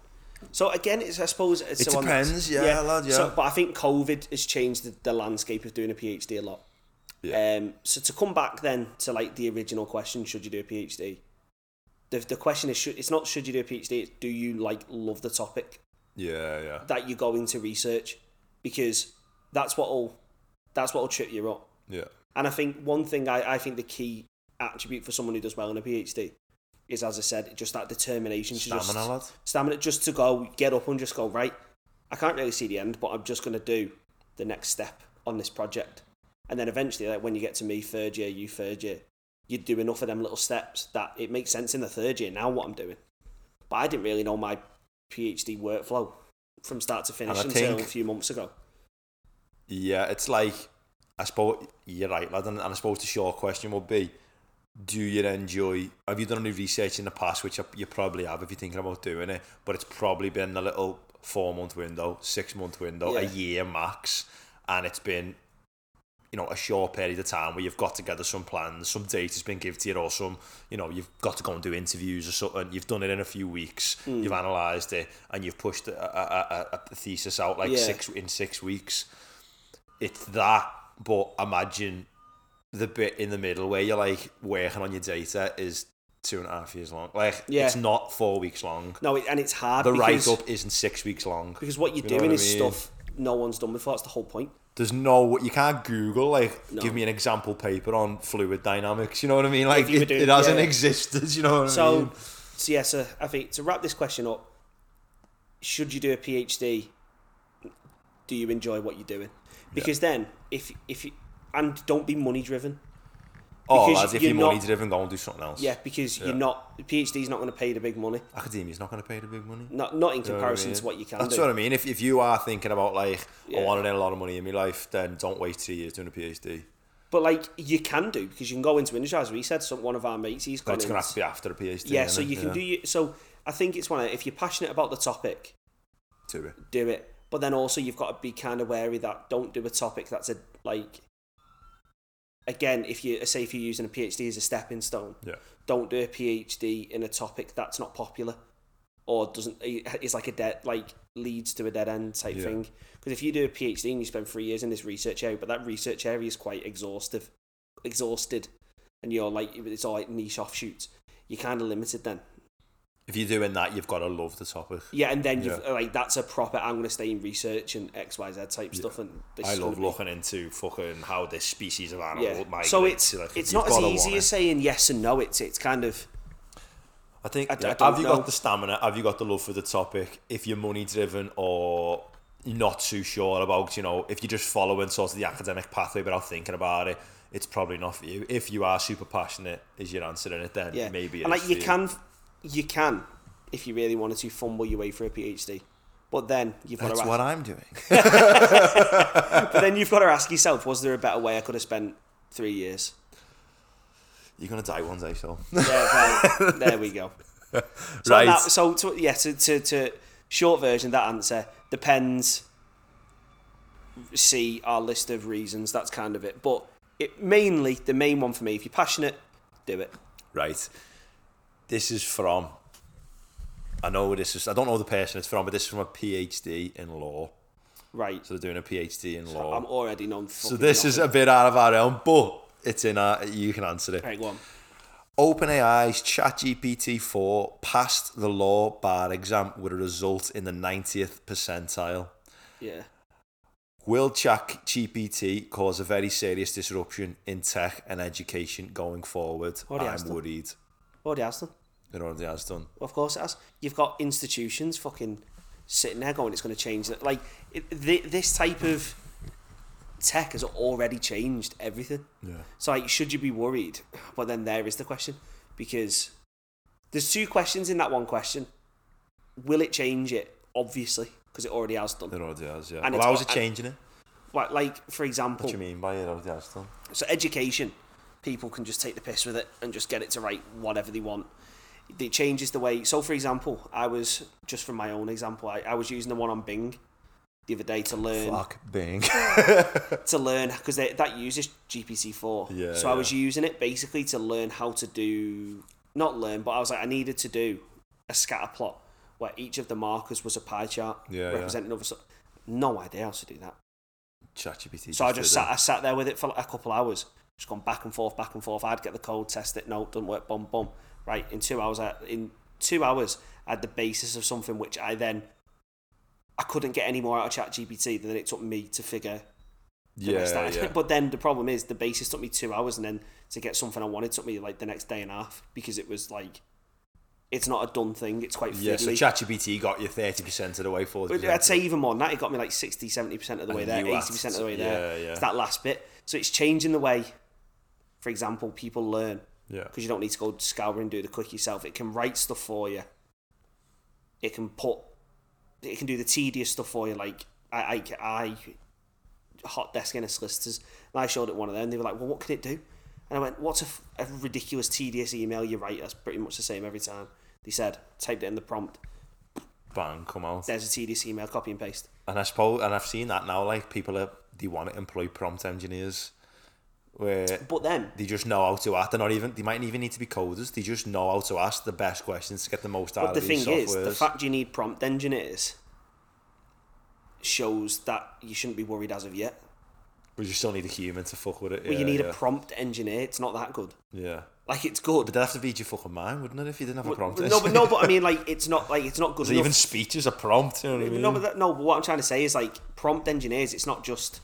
[SPEAKER 1] So again, it's I suppose it's
[SPEAKER 2] It
[SPEAKER 1] so on that-
[SPEAKER 2] depends, yeah, lad, yeah.
[SPEAKER 1] So, but I think COVID has changed the, the landscape of doing a PhD a lot.
[SPEAKER 3] Yeah.
[SPEAKER 1] Um, so to come back then to like the original question, should you do a PhD? The, the question is, should, it's not should you do a PhD, it's do you like love the topic
[SPEAKER 3] Yeah, yeah.
[SPEAKER 1] that you go into research? Because that's what'll that's what'll trip you up.
[SPEAKER 3] Yeah.
[SPEAKER 1] And I think one thing I, I think the key attribute for someone who does well in a PhD is, as I said, just that determination to just
[SPEAKER 2] Stamina, lad.
[SPEAKER 1] stamina just to go get up and just go right i can't really see the end but i'm just going to do the next step on this project and then eventually like when you get to me third year you third year you do enough of them little steps that it makes sense in the third year now what i'm doing but i didn't really know my phd workflow from start to finish
[SPEAKER 2] And I
[SPEAKER 1] until
[SPEAKER 2] think-
[SPEAKER 1] a few months ago
[SPEAKER 2] Yeah, it's like I suppose you're right, lad, and, and I suppose the short question would be: Do you enjoy? Have you done any research in the past, which you probably have if you're thinking about doing it? But it's probably been a little four month window, six month window, a
[SPEAKER 1] Yeah.
[SPEAKER 2] year max, and it's been you know a short period of time where you've got together some plans, some data has been given to you, or some you know you've got to go and do interviews or something. You've done it in a few weeks,
[SPEAKER 1] Hmm.
[SPEAKER 2] you've analysed it, and you've pushed a, a, a, a thesis out like
[SPEAKER 1] Yeah.
[SPEAKER 2] six in six weeks. It's that, but imagine the bit in the middle where you're like working on your data is two and a half years long. Like
[SPEAKER 1] Yeah.
[SPEAKER 2] it's not four weeks long.
[SPEAKER 1] no it, and it's hard
[SPEAKER 2] The
[SPEAKER 1] because,
[SPEAKER 2] write up isn't six weeks long.
[SPEAKER 1] because what you're
[SPEAKER 2] You know
[SPEAKER 1] doing
[SPEAKER 2] what I
[SPEAKER 1] is
[SPEAKER 2] mean?
[SPEAKER 1] stuff no one's done before that's the whole point
[SPEAKER 2] There's no you can't Google like
[SPEAKER 1] No.
[SPEAKER 2] give me an example paper on fluid dynamics. You know what I mean? Like
[SPEAKER 1] If you were
[SPEAKER 2] it,
[SPEAKER 1] doing-
[SPEAKER 2] it hasn't
[SPEAKER 1] yeah.
[SPEAKER 2] existed. You know what I mean?
[SPEAKER 1] So, so yeah, so I think to wrap this question up, should you do a PhD? Do you enjoy what you're doing? Because then, if if you and don't be money driven.
[SPEAKER 2] Oh,
[SPEAKER 1] because
[SPEAKER 2] as if
[SPEAKER 1] you're
[SPEAKER 2] you're money
[SPEAKER 1] not-
[SPEAKER 2] driven, go and do something else.
[SPEAKER 1] Yeah, because you're not PhD's not going to pay the big money.
[SPEAKER 2] Academia's not going to pay the big money.
[SPEAKER 1] Not not in
[SPEAKER 2] You know I
[SPEAKER 1] comparison
[SPEAKER 2] mean?
[SPEAKER 1] to what you can
[SPEAKER 2] That's
[SPEAKER 1] do.
[SPEAKER 2] what I mean. If, if you are thinking about like I
[SPEAKER 1] Yeah.
[SPEAKER 2] want to earn a lot of money in my life, then don't wait two years doing a PhD.
[SPEAKER 1] But like you can do because you can go into industry as we said. Some one of our mates he's
[SPEAKER 2] But
[SPEAKER 1] gone
[SPEAKER 2] it's
[SPEAKER 1] into-
[SPEAKER 2] going to have to be after a PhD.
[SPEAKER 1] yeah, so
[SPEAKER 2] innit?
[SPEAKER 1] you can do do. So I think it's one of if you're passionate about the topic,
[SPEAKER 2] do it.
[SPEAKER 1] do it. But then also you've got to be kind of wary that don't do a topic that's a like. Again, if you say if you're using a PhD as a stepping stone,
[SPEAKER 3] Yeah.
[SPEAKER 1] don't do a PhD in a topic that's not popular, or doesn't is like a dead like leads to a dead end type
[SPEAKER 3] Yeah.
[SPEAKER 1] thing. Because if you do a PhD and you spend three years in this research area, but that research area is quite exhaustive, exhausted, and you're like it's all like niche offshoots. you're kind of limited then.
[SPEAKER 2] If you're doing that, you've got to love the topic.
[SPEAKER 1] Yeah, and then you've like that's a proper. I'm going to stay in research and X Y Z type stuff, and this
[SPEAKER 2] I
[SPEAKER 1] is gonna
[SPEAKER 2] love
[SPEAKER 1] be-
[SPEAKER 2] looking into fucking how this species of animal
[SPEAKER 1] Yeah,
[SPEAKER 2] migrates.
[SPEAKER 1] so it's
[SPEAKER 2] Like,
[SPEAKER 1] it's
[SPEAKER 2] you've
[SPEAKER 1] not as
[SPEAKER 2] gotta
[SPEAKER 1] easy
[SPEAKER 2] want
[SPEAKER 1] as
[SPEAKER 2] it.
[SPEAKER 1] saying yes and no. It's it's kind of
[SPEAKER 2] I think.
[SPEAKER 1] I d- I
[SPEAKER 2] yeah,
[SPEAKER 1] don't
[SPEAKER 2] have you
[SPEAKER 1] know.
[SPEAKER 2] got the stamina? Have you got the love for the topic? If you're money driven or you're not too sure about, you know, if you're just following sort of the academic pathway without thinking about it, it's probably not for you. If you are super passionate, is your answer in it then?
[SPEAKER 1] yeah,
[SPEAKER 2] Maybe. it
[SPEAKER 1] and
[SPEAKER 2] is
[SPEAKER 1] like
[SPEAKER 2] for
[SPEAKER 1] you can you can if you really wanted to fumble your way for a PhD, but then you've got
[SPEAKER 3] That's
[SPEAKER 1] to
[SPEAKER 3] what I'm doing.
[SPEAKER 1] but then you've got to ask yourself: Was there a better way I could have spent three years?
[SPEAKER 2] You're gonna die one day, so.
[SPEAKER 1] Yeah, well, there we go. So
[SPEAKER 2] Right.
[SPEAKER 1] That, so to, yeah, to, to, to short version, that answer depends. See our list of reasons. That's kind of it. But it mainly the main one for me. If you're passionate, do it.
[SPEAKER 2] Right. This is from. I know this is. I don't know the person it's from, but this is from a PhD in law.
[SPEAKER 1] Right.
[SPEAKER 2] So they're doing a PhD in law.
[SPEAKER 1] I'm already known.
[SPEAKER 2] so this is a bit out of our realm, but it's in our. You can answer it.
[SPEAKER 1] right one.
[SPEAKER 2] OpenAI's ChatGPT 4 passed the law bar exam with a result in the 90th percentile.
[SPEAKER 1] Yeah.
[SPEAKER 2] Will ChatGPT cause a very serious disruption in tech and education going forward?
[SPEAKER 1] Already has
[SPEAKER 2] I'm
[SPEAKER 1] done.
[SPEAKER 2] worried.
[SPEAKER 1] Already has them.
[SPEAKER 2] It already has done.
[SPEAKER 1] Of course it has. You've got institutions fucking sitting there going, it's going to change. it." Like it, th- this type of tech has already changed everything.
[SPEAKER 2] Yeah.
[SPEAKER 1] So like, should you be worried? But then there is the question because there's two questions in that one question. Will it change it? Obviously, because it already has done.
[SPEAKER 2] It already has, yeah.
[SPEAKER 1] And
[SPEAKER 2] well,
[SPEAKER 1] it's- Oh.
[SPEAKER 2] how's it
[SPEAKER 1] and-
[SPEAKER 2] changing it?
[SPEAKER 1] Like, like for example,
[SPEAKER 2] What do you mean by it already has done?
[SPEAKER 1] so education, people can just take the piss with it and just get it to write whatever they want. It changes the way. So, for example, I was just from my own example, I, I was using the one on Bing the other day to learn
[SPEAKER 2] Fuck Bing.
[SPEAKER 1] to learn because that uses GPT four.
[SPEAKER 2] Yeah,
[SPEAKER 1] So I was
[SPEAKER 2] yeah.
[SPEAKER 1] using it basically to learn how to do not learn, but I was like I needed to do a scatter plot where each of the markers was a pie chart
[SPEAKER 2] Yeah, yeah.
[SPEAKER 1] representing other. stuff. No idea how to do that.
[SPEAKER 2] ChatGPT.
[SPEAKER 1] So I just
[SPEAKER 2] did
[SPEAKER 1] sat,
[SPEAKER 2] it.
[SPEAKER 1] I sat there with it for like a couple hours, just going back and forth, back and forth. I'd get the code, test it, no, doesn't work, bum bum. Right in two hours, I, in two hours, I had the basis of something which I then I couldn't get any more out of ChatGPT than it took me to figure. the rest
[SPEAKER 2] Yeah,
[SPEAKER 1] out.
[SPEAKER 2] yeah.
[SPEAKER 1] but then the problem is the basis took me two hours, and then to get something I wanted took me like the next day and a half because it was like it's not a done thing. It's quite
[SPEAKER 2] yeah, so
[SPEAKER 1] fiddly.
[SPEAKER 2] ChatGPT got you 30% of the way forward.
[SPEAKER 1] But I'd say even more than that. It got me like 60, 70% of the way
[SPEAKER 2] And
[SPEAKER 1] there,
[SPEAKER 2] you
[SPEAKER 1] 80% of the way
[SPEAKER 2] had-
[SPEAKER 1] there.
[SPEAKER 2] yeah, yeah.
[SPEAKER 1] It's that last bit. So it's changing the way, for example, people learn
[SPEAKER 2] Yeah.
[SPEAKER 1] because you don't need to go scour and do the quick yourself. It can write stuff for you. It can put, it can do the tedious stuff for you. Like I, I, I hot desk in a solicitors, and I showed it one of them. They were like, "Well, what can it do?" And I went, "What's a, f- a ridiculous tedious email you write? That's pretty much the same every time." They said, "Typed it in the prompt.
[SPEAKER 2] Bang, come out.
[SPEAKER 1] There's a tedious email. Copy and paste."
[SPEAKER 2] And I suppose, and I've seen that now, like people are, they want to employ prompt engineers where
[SPEAKER 1] But then
[SPEAKER 2] they just know how to ask. They're not even, they mightn't even need to be coders. They just know how to ask the best questions to get the most out
[SPEAKER 1] But the
[SPEAKER 2] of
[SPEAKER 1] thing
[SPEAKER 2] these
[SPEAKER 1] is,
[SPEAKER 2] softwares.
[SPEAKER 1] the fact you need prompt engineers shows that you shouldn't be worried as of yet.
[SPEAKER 2] but you still need a human to fuck with it.
[SPEAKER 1] But
[SPEAKER 2] yeah,
[SPEAKER 1] you need
[SPEAKER 2] yeah.
[SPEAKER 1] a prompt engineer. It's not that good.
[SPEAKER 2] Yeah.
[SPEAKER 1] Like it's good.
[SPEAKER 2] But they'd have to read your fucking mind, wouldn't it, if you didn't have a prompt?
[SPEAKER 1] no, but no, but I mean, like it's not like it's not good enough.
[SPEAKER 2] even speeches are prompt, you know what I mean?
[SPEAKER 1] no, but that, no. But what I'm trying to say is like prompt engineers. It's not just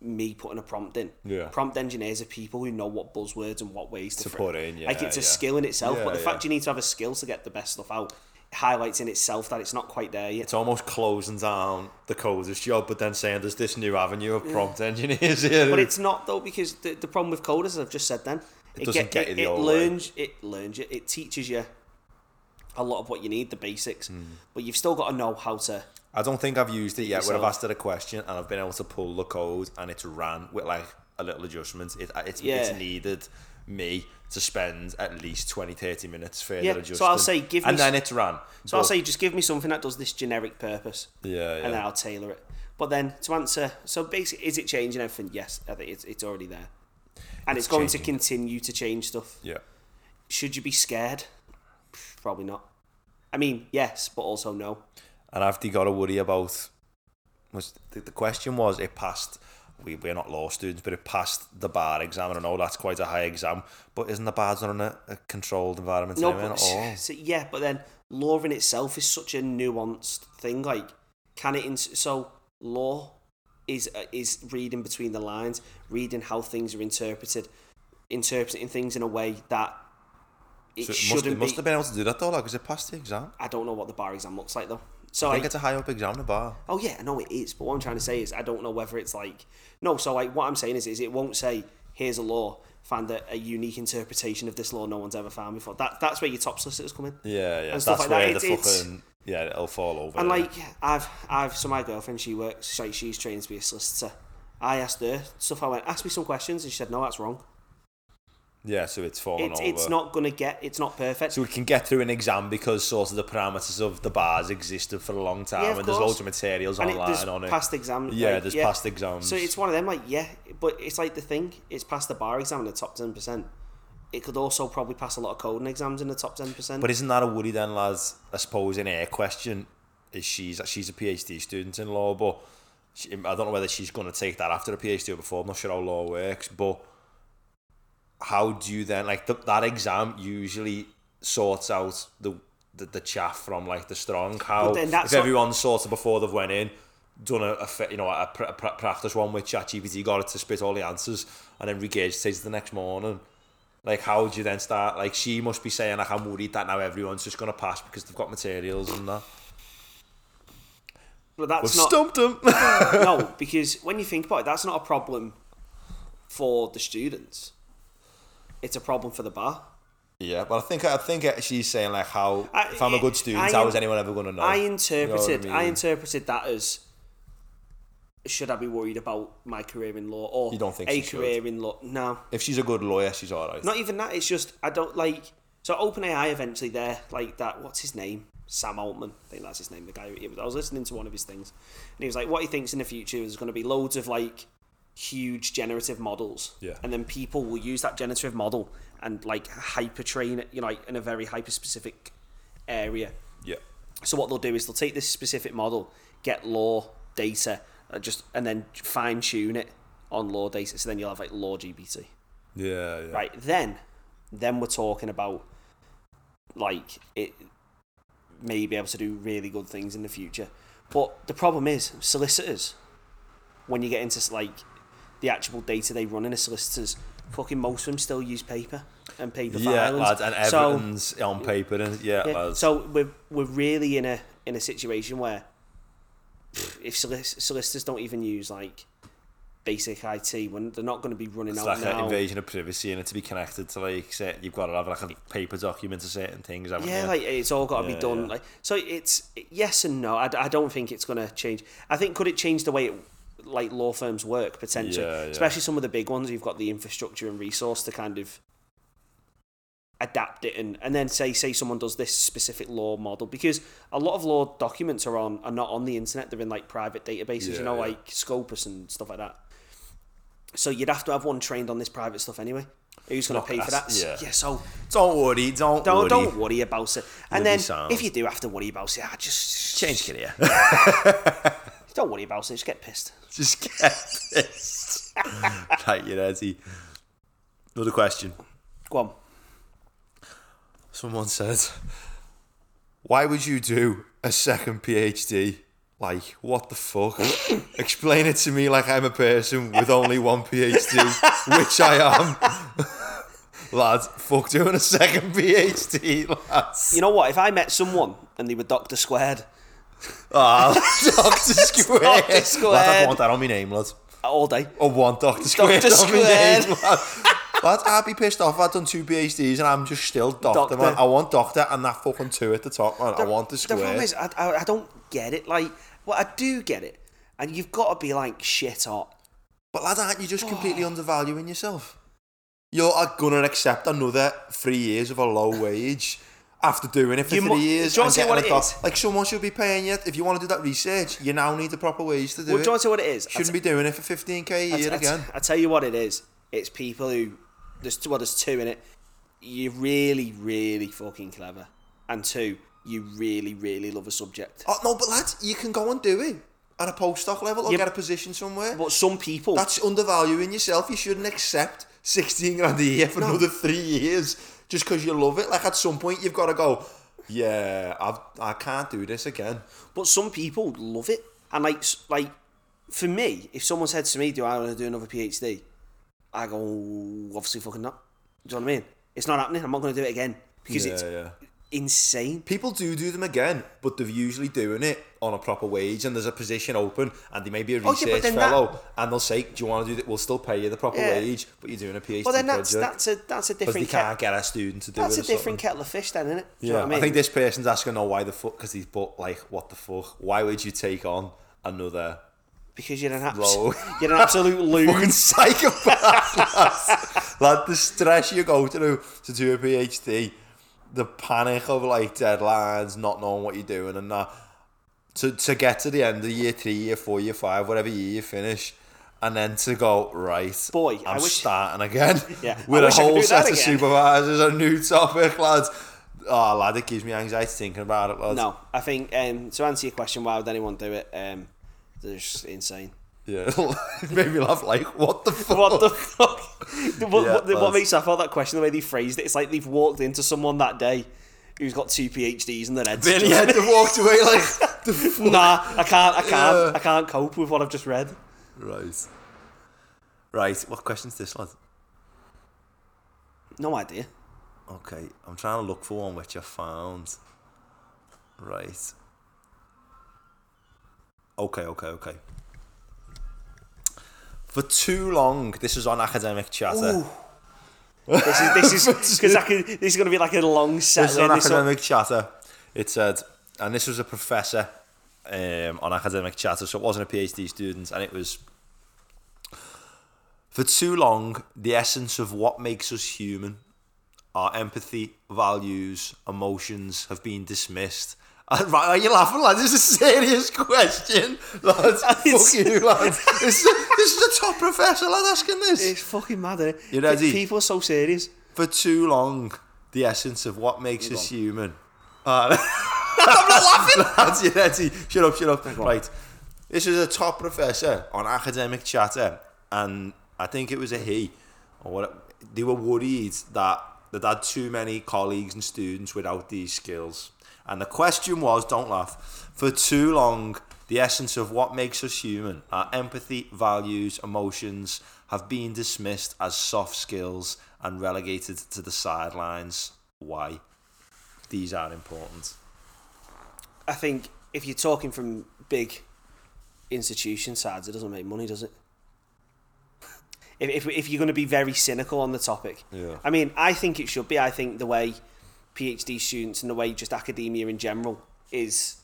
[SPEAKER 1] me putting a prompt in.
[SPEAKER 2] Yeah.
[SPEAKER 1] Prompt engineers are people who know what buzzwords and what ways to,
[SPEAKER 2] To
[SPEAKER 1] phr-
[SPEAKER 2] put in, yeah,
[SPEAKER 1] like it's a
[SPEAKER 2] yeah.
[SPEAKER 1] skill in itself.
[SPEAKER 2] Yeah,
[SPEAKER 1] but the
[SPEAKER 2] yeah.
[SPEAKER 1] fact you need to have a skill to get the best stuff out highlights in itself that it's not quite there yet.
[SPEAKER 2] it's almost closing down the coder's job, but then saying there's this new avenue of prompt engineers here.
[SPEAKER 1] But it's not though because the, the problem with code is I've just said then it,
[SPEAKER 2] doesn't get you
[SPEAKER 1] it,
[SPEAKER 2] the
[SPEAKER 1] it
[SPEAKER 2] old way.
[SPEAKER 1] learns it learns you it teaches you a lot of what you need the basics,
[SPEAKER 2] Hmm.
[SPEAKER 1] but you've still got to know how to.
[SPEAKER 2] I don't think I've used it yet. Where I've
[SPEAKER 1] Yourself.
[SPEAKER 2] asked it a question and I've been able to pull the code and it's ran with like a little adjustment. It, it's,
[SPEAKER 1] Yeah.
[SPEAKER 2] it's needed me to spend at least 20, 30 minutes further
[SPEAKER 1] Yeah,
[SPEAKER 2] adjusting.
[SPEAKER 1] so I'll say give me
[SPEAKER 2] and then
[SPEAKER 1] s-
[SPEAKER 2] it's ran.
[SPEAKER 1] So I'll say just give me something that does this generic purpose,
[SPEAKER 2] yeah, yeah.
[SPEAKER 1] and then I'll tailor it. But then to answer, so basically, is it changing everything? Yes, I think it's it's already there, and it's,
[SPEAKER 2] It's
[SPEAKER 1] going to
[SPEAKER 2] changing.
[SPEAKER 1] continue to change stuff.
[SPEAKER 2] yeah.
[SPEAKER 1] Should you be scared? Probably not. I mean, yes, but also no.
[SPEAKER 2] and I've got to worry about was the, the question was it passed we, we're not law students, but it passed the bar exam. And I know that's quite a high exam, but isn't the bar done in a, a controlled environment
[SPEAKER 1] No,
[SPEAKER 2] anyway?
[SPEAKER 1] but,
[SPEAKER 2] Not all.
[SPEAKER 1] so, yeah, but then law in itself is such a nuanced thing. Like, can it? Ins- so law is uh, is reading between the lines, reading how things are interpreted, interpreting things in a way that it
[SPEAKER 2] So it must,
[SPEAKER 1] shouldn't
[SPEAKER 2] it must
[SPEAKER 1] be.
[SPEAKER 2] have been able to do that though, like, because it passed the exam.
[SPEAKER 1] I don't know what the bar exam looks like though. So
[SPEAKER 2] I
[SPEAKER 1] I
[SPEAKER 2] think it's a high up exam, the bar.
[SPEAKER 1] oh yeah, I know it is. But what I'm trying to say is I don't know whether it's like no. So like what I'm saying is, is it won't say here's a law. Find a, a unique interpretation of this law no one's ever found before. That that's where your top solicitors come in.
[SPEAKER 2] Yeah, yeah.
[SPEAKER 1] And
[SPEAKER 2] That's
[SPEAKER 1] stuff like that.
[SPEAKER 2] where
[SPEAKER 1] It's-
[SPEAKER 2] the
[SPEAKER 1] it's-
[SPEAKER 2] fucking yeah, it'll fall over.
[SPEAKER 1] And
[SPEAKER 2] yeah.
[SPEAKER 1] like I've I've so my girlfriend she works she, she's trained to be a solicitor. I asked her stuff. I went ask me some questions and she said no that's wrong.
[SPEAKER 2] yeah, so it's fallen
[SPEAKER 1] It's
[SPEAKER 2] over.
[SPEAKER 1] it's not gonna get it's not perfect.
[SPEAKER 2] So we can get through an exam because sort of the parameters of the bars existed for a long time,
[SPEAKER 1] Yeah, of
[SPEAKER 2] and there's
[SPEAKER 1] course.
[SPEAKER 2] loads of materials
[SPEAKER 1] and it,
[SPEAKER 2] online
[SPEAKER 1] there's
[SPEAKER 2] on it.
[SPEAKER 1] past exams.
[SPEAKER 2] yeah, there's past exams.
[SPEAKER 1] So it's one of them like yeah, but it's like the thing it's past the bar exam in the top ten percent. It could also probably pass a lot of coding exams in the top ten percent.
[SPEAKER 2] but isn't that a worry then, lads? I suppose in her question, is she's she's a PhD student in law, but she, I don't know whether she's going to take that after a PhD or before. I'm not sure how law works, but how do you then like the, that exam usually sorts out the, the the chaff from like the strong? How
[SPEAKER 1] then that's
[SPEAKER 2] if
[SPEAKER 1] not-
[SPEAKER 2] everyone sorted before they've went in, done a, a fa- you know a, pra- pra- practice one with ChatGPT, got it to spit all the answers, and then regurgitates it the next morning. Like how do you then start? Like she must be saying like I'm worried that now everyone's just gonna pass because they've got materials and that.
[SPEAKER 1] But that's
[SPEAKER 2] We've
[SPEAKER 1] not
[SPEAKER 2] stumped them.
[SPEAKER 1] no because when you think about it, that's not a problem for the students. It's a problem for the bar.
[SPEAKER 2] yeah, but I think I think she's saying like how
[SPEAKER 1] I-
[SPEAKER 2] if I'm a good student,
[SPEAKER 1] I-
[SPEAKER 2] how is anyone ever gonna know?
[SPEAKER 1] I interpreted
[SPEAKER 2] You know what
[SPEAKER 1] I,
[SPEAKER 2] I mean?
[SPEAKER 1] interpreted that as should I be worried about my career in law or
[SPEAKER 2] You don't think
[SPEAKER 1] a
[SPEAKER 2] she should?
[SPEAKER 1] career in law? No,
[SPEAKER 2] if she's a good lawyer, she's alright.
[SPEAKER 1] not even that. It's just I don't like so OpenAI eventually there like that. What's his name? Sam Altman, I think that's his name. The guy. who- I was listening to one of his things, and he was like, "What he thinks in the future is going to be loads of like huge generative models,
[SPEAKER 2] Yeah.
[SPEAKER 1] and then people will use that generative model and like hyper train it, you know, like in a very hyper specific area."
[SPEAKER 2] Yeah.
[SPEAKER 1] So what they'll do is they'll take this specific model, get law data, uh, just and then fine tune it on law data. So then you'll have like law GBT.
[SPEAKER 2] Yeah, yeah.
[SPEAKER 1] Right then, then we're talking about like it may be able to do really good things in the future. But the problem is solicitors. When you get into like the actual data they run in a solicitors, fucking most of them still use paper and paper
[SPEAKER 2] Yeah,
[SPEAKER 1] filings.
[SPEAKER 2] lads, and
[SPEAKER 1] So-
[SPEAKER 2] everything's on paper, and yeah,
[SPEAKER 1] yeah.
[SPEAKER 2] lads.
[SPEAKER 1] So we're we're really in a in a situation where if solic- solicitors don't even use like basic IT, when they're not going to be running
[SPEAKER 2] it's
[SPEAKER 1] out
[SPEAKER 2] like an
[SPEAKER 1] now.
[SPEAKER 2] invasion of privacy, and it to be connected to like say, you've got to have like a paper document to certain things. Haven't
[SPEAKER 1] Yeah,
[SPEAKER 2] you?
[SPEAKER 1] like it's all got to
[SPEAKER 2] Yeah,
[SPEAKER 1] be done.
[SPEAKER 2] yeah.
[SPEAKER 1] Like so, it's yes and no. I, d- I don't think it's going to change. I think could it change the way it, like law firms work potentially,
[SPEAKER 2] Yeah, yeah.
[SPEAKER 1] especially some of the big ones who've got the infrastructure and resource to kind of adapt it and, and then say say someone does this specific law model because a lot of law documents are on are not on the internet they're in like private databases
[SPEAKER 2] Yeah,
[SPEAKER 1] you know
[SPEAKER 2] yeah.
[SPEAKER 1] like Scopus and stuff like that so you'd have to have one trained on this private stuff anyway who's going to
[SPEAKER 2] Look,
[SPEAKER 1] pay for that
[SPEAKER 2] that's- yeah.
[SPEAKER 1] yeah so
[SPEAKER 2] don't worry, don't,
[SPEAKER 1] don't
[SPEAKER 2] worry.
[SPEAKER 1] don't worry about it. And
[SPEAKER 2] You'll be
[SPEAKER 1] then
[SPEAKER 2] sound.
[SPEAKER 1] if you do have to worry about it, I just
[SPEAKER 2] change career.
[SPEAKER 1] don't worry about it. Just get pissed.
[SPEAKER 2] Just get pissed. right, you're ready. Another question.
[SPEAKER 1] Go on.
[SPEAKER 2] Someone said,
[SPEAKER 3] Why would you do a second PhD? Like, what the fuck? Explain it to me like I'm a person with only one PhD, which I am. lad, fuck doing a second PhD, lads.
[SPEAKER 1] You know what? If I met someone and they were Doctor Squared
[SPEAKER 2] ah, Dr. Square.
[SPEAKER 1] Dr.
[SPEAKER 2] Lad, I
[SPEAKER 1] Squared.
[SPEAKER 2] don't want that on my name, lad.
[SPEAKER 1] all day,
[SPEAKER 2] I want Dr. Square
[SPEAKER 1] Dr.
[SPEAKER 2] on my
[SPEAKER 1] Square.
[SPEAKER 2] name, lad. Lad, I'd be pissed off. I've done two PhDs and I'm just still doctor,
[SPEAKER 1] Doctor.
[SPEAKER 2] man. I want doctor and that fucking two at the top, man. I want the
[SPEAKER 1] The
[SPEAKER 2] square.
[SPEAKER 1] problem is, I, I, I don't get it. Like, well, I do get it, and you've got to be like shit hot.
[SPEAKER 2] But lad, aren't you just
[SPEAKER 1] Oh.
[SPEAKER 2] completely undervaluing yourself?
[SPEAKER 3] You're gonna accept another three years of a low wage after doing it for
[SPEAKER 1] You
[SPEAKER 3] three
[SPEAKER 1] mu-
[SPEAKER 3] years.
[SPEAKER 1] do you wanna
[SPEAKER 3] and
[SPEAKER 1] see
[SPEAKER 3] getting
[SPEAKER 1] what
[SPEAKER 3] a
[SPEAKER 1] it
[SPEAKER 3] doc-
[SPEAKER 1] is?
[SPEAKER 3] Like, someone should be paying you. If you want to do that research, you now need the proper wage to do
[SPEAKER 1] Well, do
[SPEAKER 3] it.
[SPEAKER 1] you want to know what it is? I
[SPEAKER 3] Shouldn't
[SPEAKER 1] t-
[SPEAKER 3] be doing it for 15k a
[SPEAKER 1] I t-
[SPEAKER 3] year
[SPEAKER 1] I t-
[SPEAKER 3] again.
[SPEAKER 1] I tell you what it is. It's people who there's two. Well, there's two in it. You're really, really fucking clever, and two, you really, really love a subject.
[SPEAKER 3] Oh no, but lads, you can go and do it. at a postdoc level or
[SPEAKER 1] Yep.
[SPEAKER 3] get a position somewhere.
[SPEAKER 1] But some people,
[SPEAKER 3] That's undervaluing yourself. You shouldn't accept 16 grand a year for another three years just because you love it. Like at some point, you've got to go, yeah, I've, I can't do this again.
[SPEAKER 1] but some people love it. And like, s- like for me, if someone said to me, "Do I want to do another PhD?" I go, "Obviously, fucking not." Do you know what I mean? It's not happening. I'm not going to do it again because it's
[SPEAKER 3] yeah.
[SPEAKER 1] insane.
[SPEAKER 3] People do do them again, but they're usually doing it on a proper wage, and there's a position open, and they may be a
[SPEAKER 1] Oh, yeah, but
[SPEAKER 3] research
[SPEAKER 1] then that-
[SPEAKER 3] fellow, and they'll say, "Do you want to do that? We'll still pay you the proper
[SPEAKER 1] Yeah.
[SPEAKER 3] wage, but you're doing a PhD
[SPEAKER 1] But then that's
[SPEAKER 3] project
[SPEAKER 1] that's a that's a
[SPEAKER 3] because they
[SPEAKER 1] different
[SPEAKER 3] can't
[SPEAKER 1] kettle,
[SPEAKER 3] get a student to do
[SPEAKER 1] that's
[SPEAKER 3] it." or
[SPEAKER 1] a different
[SPEAKER 3] something.
[SPEAKER 1] kettle of fish, then, isn't it? Do you
[SPEAKER 3] Yeah,
[SPEAKER 1] know what I mean?
[SPEAKER 2] think this person's asking, "Oh, why the fuck?" Because he's but like, "What the fuck? Why would you take on another
[SPEAKER 1] because you're an
[SPEAKER 2] Low.
[SPEAKER 1] absolute you're an absolute loon.
[SPEAKER 2] fucking psychopath. lad. lad, the stress you go through to do a PhD, the panic of like deadlines, not knowing what you're doing, and that to to get to the end of year three, year four, year five, whatever year you finish. And then to go right,
[SPEAKER 1] Boy, I
[SPEAKER 2] I'm
[SPEAKER 1] wish-
[SPEAKER 2] starting again
[SPEAKER 1] Yeah, I
[SPEAKER 2] with a
[SPEAKER 1] wish I could
[SPEAKER 2] whole
[SPEAKER 1] do that
[SPEAKER 2] set of
[SPEAKER 1] again.
[SPEAKER 2] supervisors, a new topic, lads. Oh, lad, it gives me anxiety thinking about it, lads.
[SPEAKER 1] No, I think um, to answer your question, why would anyone do it? Um, they're just insane.
[SPEAKER 2] Yeah, it made me laugh. Like, what the fuck?
[SPEAKER 1] What the fuck? The- what,
[SPEAKER 2] Yeah,
[SPEAKER 1] what, the- what
[SPEAKER 2] that's-
[SPEAKER 1] makes I thought that question the way they phrased it? It's like they've walked into someone that day who's got two PhDs in their heads.
[SPEAKER 2] Billy had to walked away like the fuck.
[SPEAKER 1] Nah, I can't. I can't.
[SPEAKER 2] Yeah.
[SPEAKER 1] I can't cope with what I've just read.
[SPEAKER 2] Right. Right. What question's this, lad?
[SPEAKER 1] No idea.
[SPEAKER 2] Okay, I'm trying to look for one which I found. Right. Okay, okay, okay. For too long, this is on academic chatter.
[SPEAKER 1] This is this is because I can. This is going to be like a long set.
[SPEAKER 2] This is
[SPEAKER 1] where
[SPEAKER 2] uh, on
[SPEAKER 1] this all-
[SPEAKER 2] academic chatter. It said, and this was a professor um, on academic chatter, so it wasn't a PhD student, and it was for too long the essence of what makes us human, our empathy, values, emotions have been dismissed. Right, are you laughing, lad? This is a serious question, lad. Fuck
[SPEAKER 1] It's-
[SPEAKER 2] you, lad. This is, a, this is a top professor, lad, asking this
[SPEAKER 1] it's fucking mad. Isn't it?
[SPEAKER 2] You ready?
[SPEAKER 1] People are so serious.
[SPEAKER 2] for too long the essence of what makes us human. Uh, I'm not laughing. That's it, that's it. Shut up, shut up. Right. This is a top professor on academic chatter, and I think it was a he. Or what? They were worried that they'd had too many colleagues and students without these skills. And the question was, don't laugh, for too long, the essence of what makes us human, our empathy, values, emotions, have been dismissed as soft skills and relegated to the sidelines. Why? These are important.
[SPEAKER 1] I think if you're talking from big institution sides, it doesn't make money, does it? If, if, if you're going to be very cynical on the topic,
[SPEAKER 2] Yeah.
[SPEAKER 1] I mean, I think it should be. I think the way PhD students and the way just academia in general is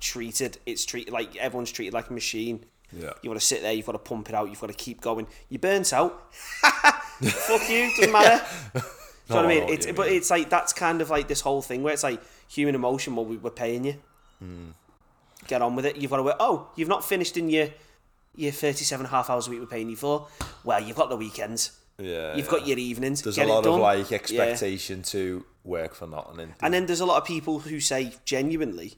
[SPEAKER 1] treated, it's treated like everyone's treated like a machine.
[SPEAKER 2] Yeah.
[SPEAKER 1] You want to sit there, you've got to pump it out, you've got to keep going. You're burnt out. Fuck you, doesn't matter. Do you know what I
[SPEAKER 2] No,
[SPEAKER 1] mean?
[SPEAKER 2] no,
[SPEAKER 1] it's,
[SPEAKER 2] Oh, yeah,
[SPEAKER 1] but
[SPEAKER 2] yeah.
[SPEAKER 1] it's like that's kind of like this whole thing where it's like human emotion. Well, we, we're paying you.
[SPEAKER 2] Hmm.
[SPEAKER 1] Get on with it. You've got to work. Oh, you've not finished in your your 37 half hours a week we're paying you for. Well, you've got the weekends.
[SPEAKER 2] Yeah.
[SPEAKER 1] You've got your evenings.
[SPEAKER 2] There's
[SPEAKER 1] Get
[SPEAKER 2] a
[SPEAKER 1] it
[SPEAKER 2] lot
[SPEAKER 1] done.
[SPEAKER 2] of like
[SPEAKER 1] Yeah.
[SPEAKER 2] expectation to work for nothing. And,
[SPEAKER 1] And then there's a lot of people who say genuinely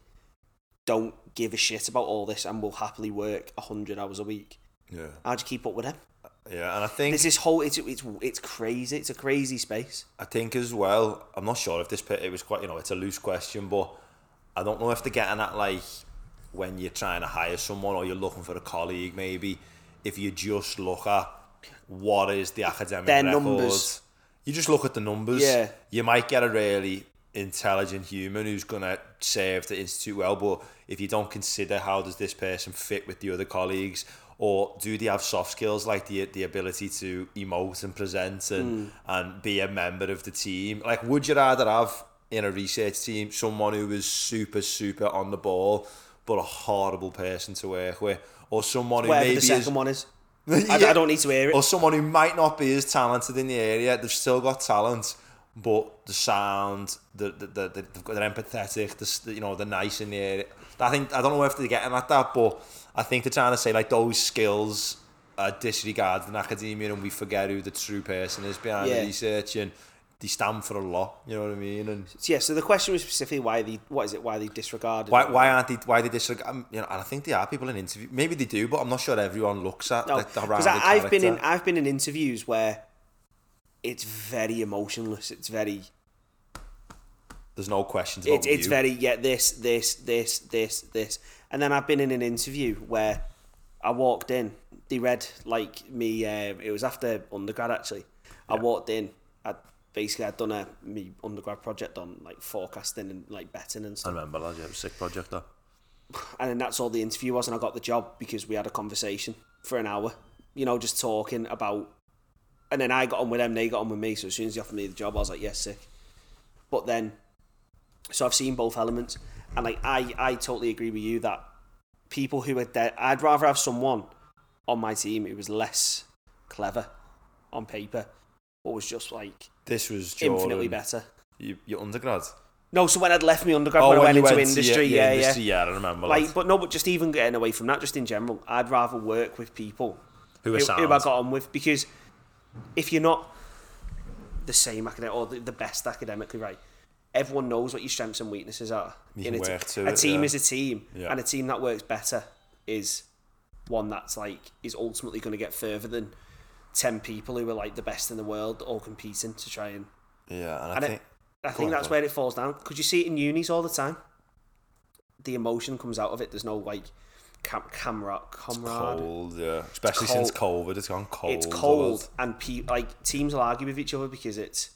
[SPEAKER 1] don't give a shit about all this and will happily work 100 hours a week.
[SPEAKER 2] yeah,
[SPEAKER 1] How do you keep up with them?
[SPEAKER 2] yeah, and I think
[SPEAKER 1] There's this whole it's it's it's crazy. It's a crazy space.
[SPEAKER 2] I think as well. I'm not sure if this pit. It was quite you know it's a loose question, but I don't know if they're getting at like when you're trying to hire someone or you're looking for a colleague. Maybe if you just look at what is the academic
[SPEAKER 1] Their
[SPEAKER 2] record,
[SPEAKER 1] numbers.
[SPEAKER 2] you just look at the numbers.
[SPEAKER 1] Yeah.
[SPEAKER 2] you might get a really intelligent human who's gonna serve the institute well, but if you don't consider how does this person fit with the other colleagues, or do they have soft skills like the the ability to emote and present
[SPEAKER 1] Hmm.
[SPEAKER 2] and and be a member of the team? Like, would you rather have in a research team someone who was super super on the ball, but a horrible person to work with, or someone who
[SPEAKER 1] Wherever
[SPEAKER 2] maybe
[SPEAKER 1] the
[SPEAKER 2] is
[SPEAKER 1] second one is, I, I
[SPEAKER 2] Yeah.
[SPEAKER 1] don't need to hear it.
[SPEAKER 2] or someone who might not be as talented in the area, they've still got talent, but the sound, the, the, the, the, they're empathetic, the, s- you know, they're nice in the area. I think I don't know if they're getting at that, but I think they're trying to say like those skills are disregarded in academia, and we forget who the true person is behind
[SPEAKER 1] Yeah.
[SPEAKER 2] the research and. the- they stand for a lot. You know what I mean? And
[SPEAKER 1] So, yeah, so the question was specifically why they what is it why they disregarded
[SPEAKER 2] why,
[SPEAKER 1] it.
[SPEAKER 2] why aren't they? Why they disregard? um, You know, and I think there are people in interview. Maybe they do, but I'm not sure everyone looks at
[SPEAKER 1] No,
[SPEAKER 2] the, the
[SPEAKER 1] because
[SPEAKER 2] rounded
[SPEAKER 1] I've been in
[SPEAKER 2] character.
[SPEAKER 1] I've been in interviews where it's very emotionless. It's very
[SPEAKER 2] There's no questions about
[SPEAKER 1] it's it's
[SPEAKER 2] you.
[SPEAKER 1] very yeah this this this this this, and then I've been in an interview where I walked in. They read like me. Um, it was after undergrad actually. I walked in. I basically I'd done a me undergrad project on like forecasting and like betting and
[SPEAKER 2] I
[SPEAKER 1] stuff.
[SPEAKER 2] remember that. Yeah, it was a sick project though.
[SPEAKER 1] and then that's all the interview was and I got the job because we had a conversation for an hour you know just talking about and then I got on with them they got on with me so as soon as they offered me the job I was like yes sick but then so I've seen both elements and like I I totally agree with you that people who are dead I'd rather have someone on my team who was less clever on paper or was just like
[SPEAKER 2] This was
[SPEAKER 1] infinitely
[SPEAKER 2] during
[SPEAKER 1] better
[SPEAKER 2] You, your undergrad.
[SPEAKER 1] no so when I'd left my undergrad when I went
[SPEAKER 2] you
[SPEAKER 1] into
[SPEAKER 2] Oh, went to
[SPEAKER 1] industry
[SPEAKER 2] your- your
[SPEAKER 1] yeah yeah
[SPEAKER 2] industry, yeah. I remember.
[SPEAKER 1] like,
[SPEAKER 2] that.
[SPEAKER 1] but no, but just even getting away from that, just in general, I'd rather work with people
[SPEAKER 2] who
[SPEAKER 1] who,
[SPEAKER 2] are
[SPEAKER 1] who
[SPEAKER 2] sound?
[SPEAKER 1] I got on with because if you're not the same academic or the, the best academically, right? Everyone knows what your strengths and weaknesses are.
[SPEAKER 2] You
[SPEAKER 1] In
[SPEAKER 2] can
[SPEAKER 1] a, te-
[SPEAKER 2] work to
[SPEAKER 1] a
[SPEAKER 2] it,
[SPEAKER 1] team
[SPEAKER 2] yeah.
[SPEAKER 1] is a team,
[SPEAKER 2] Yeah.
[SPEAKER 1] and a team that works better is one that's like is ultimately going to get further than ten people who are like the best in the world all competing to try and.
[SPEAKER 2] yeah, and I
[SPEAKER 1] And it-
[SPEAKER 2] think
[SPEAKER 1] I think
[SPEAKER 2] on,
[SPEAKER 1] that's
[SPEAKER 2] go on.
[SPEAKER 1] where it falls down because you see it in unis all the time. The emotion comes out of it. There's no like cam- camera, comrade.
[SPEAKER 2] cold. Yeah, especially since COVID, it's gone cold.
[SPEAKER 1] It's
[SPEAKER 2] a lot.
[SPEAKER 1] cold, and pe- like teams will argue with each other because it's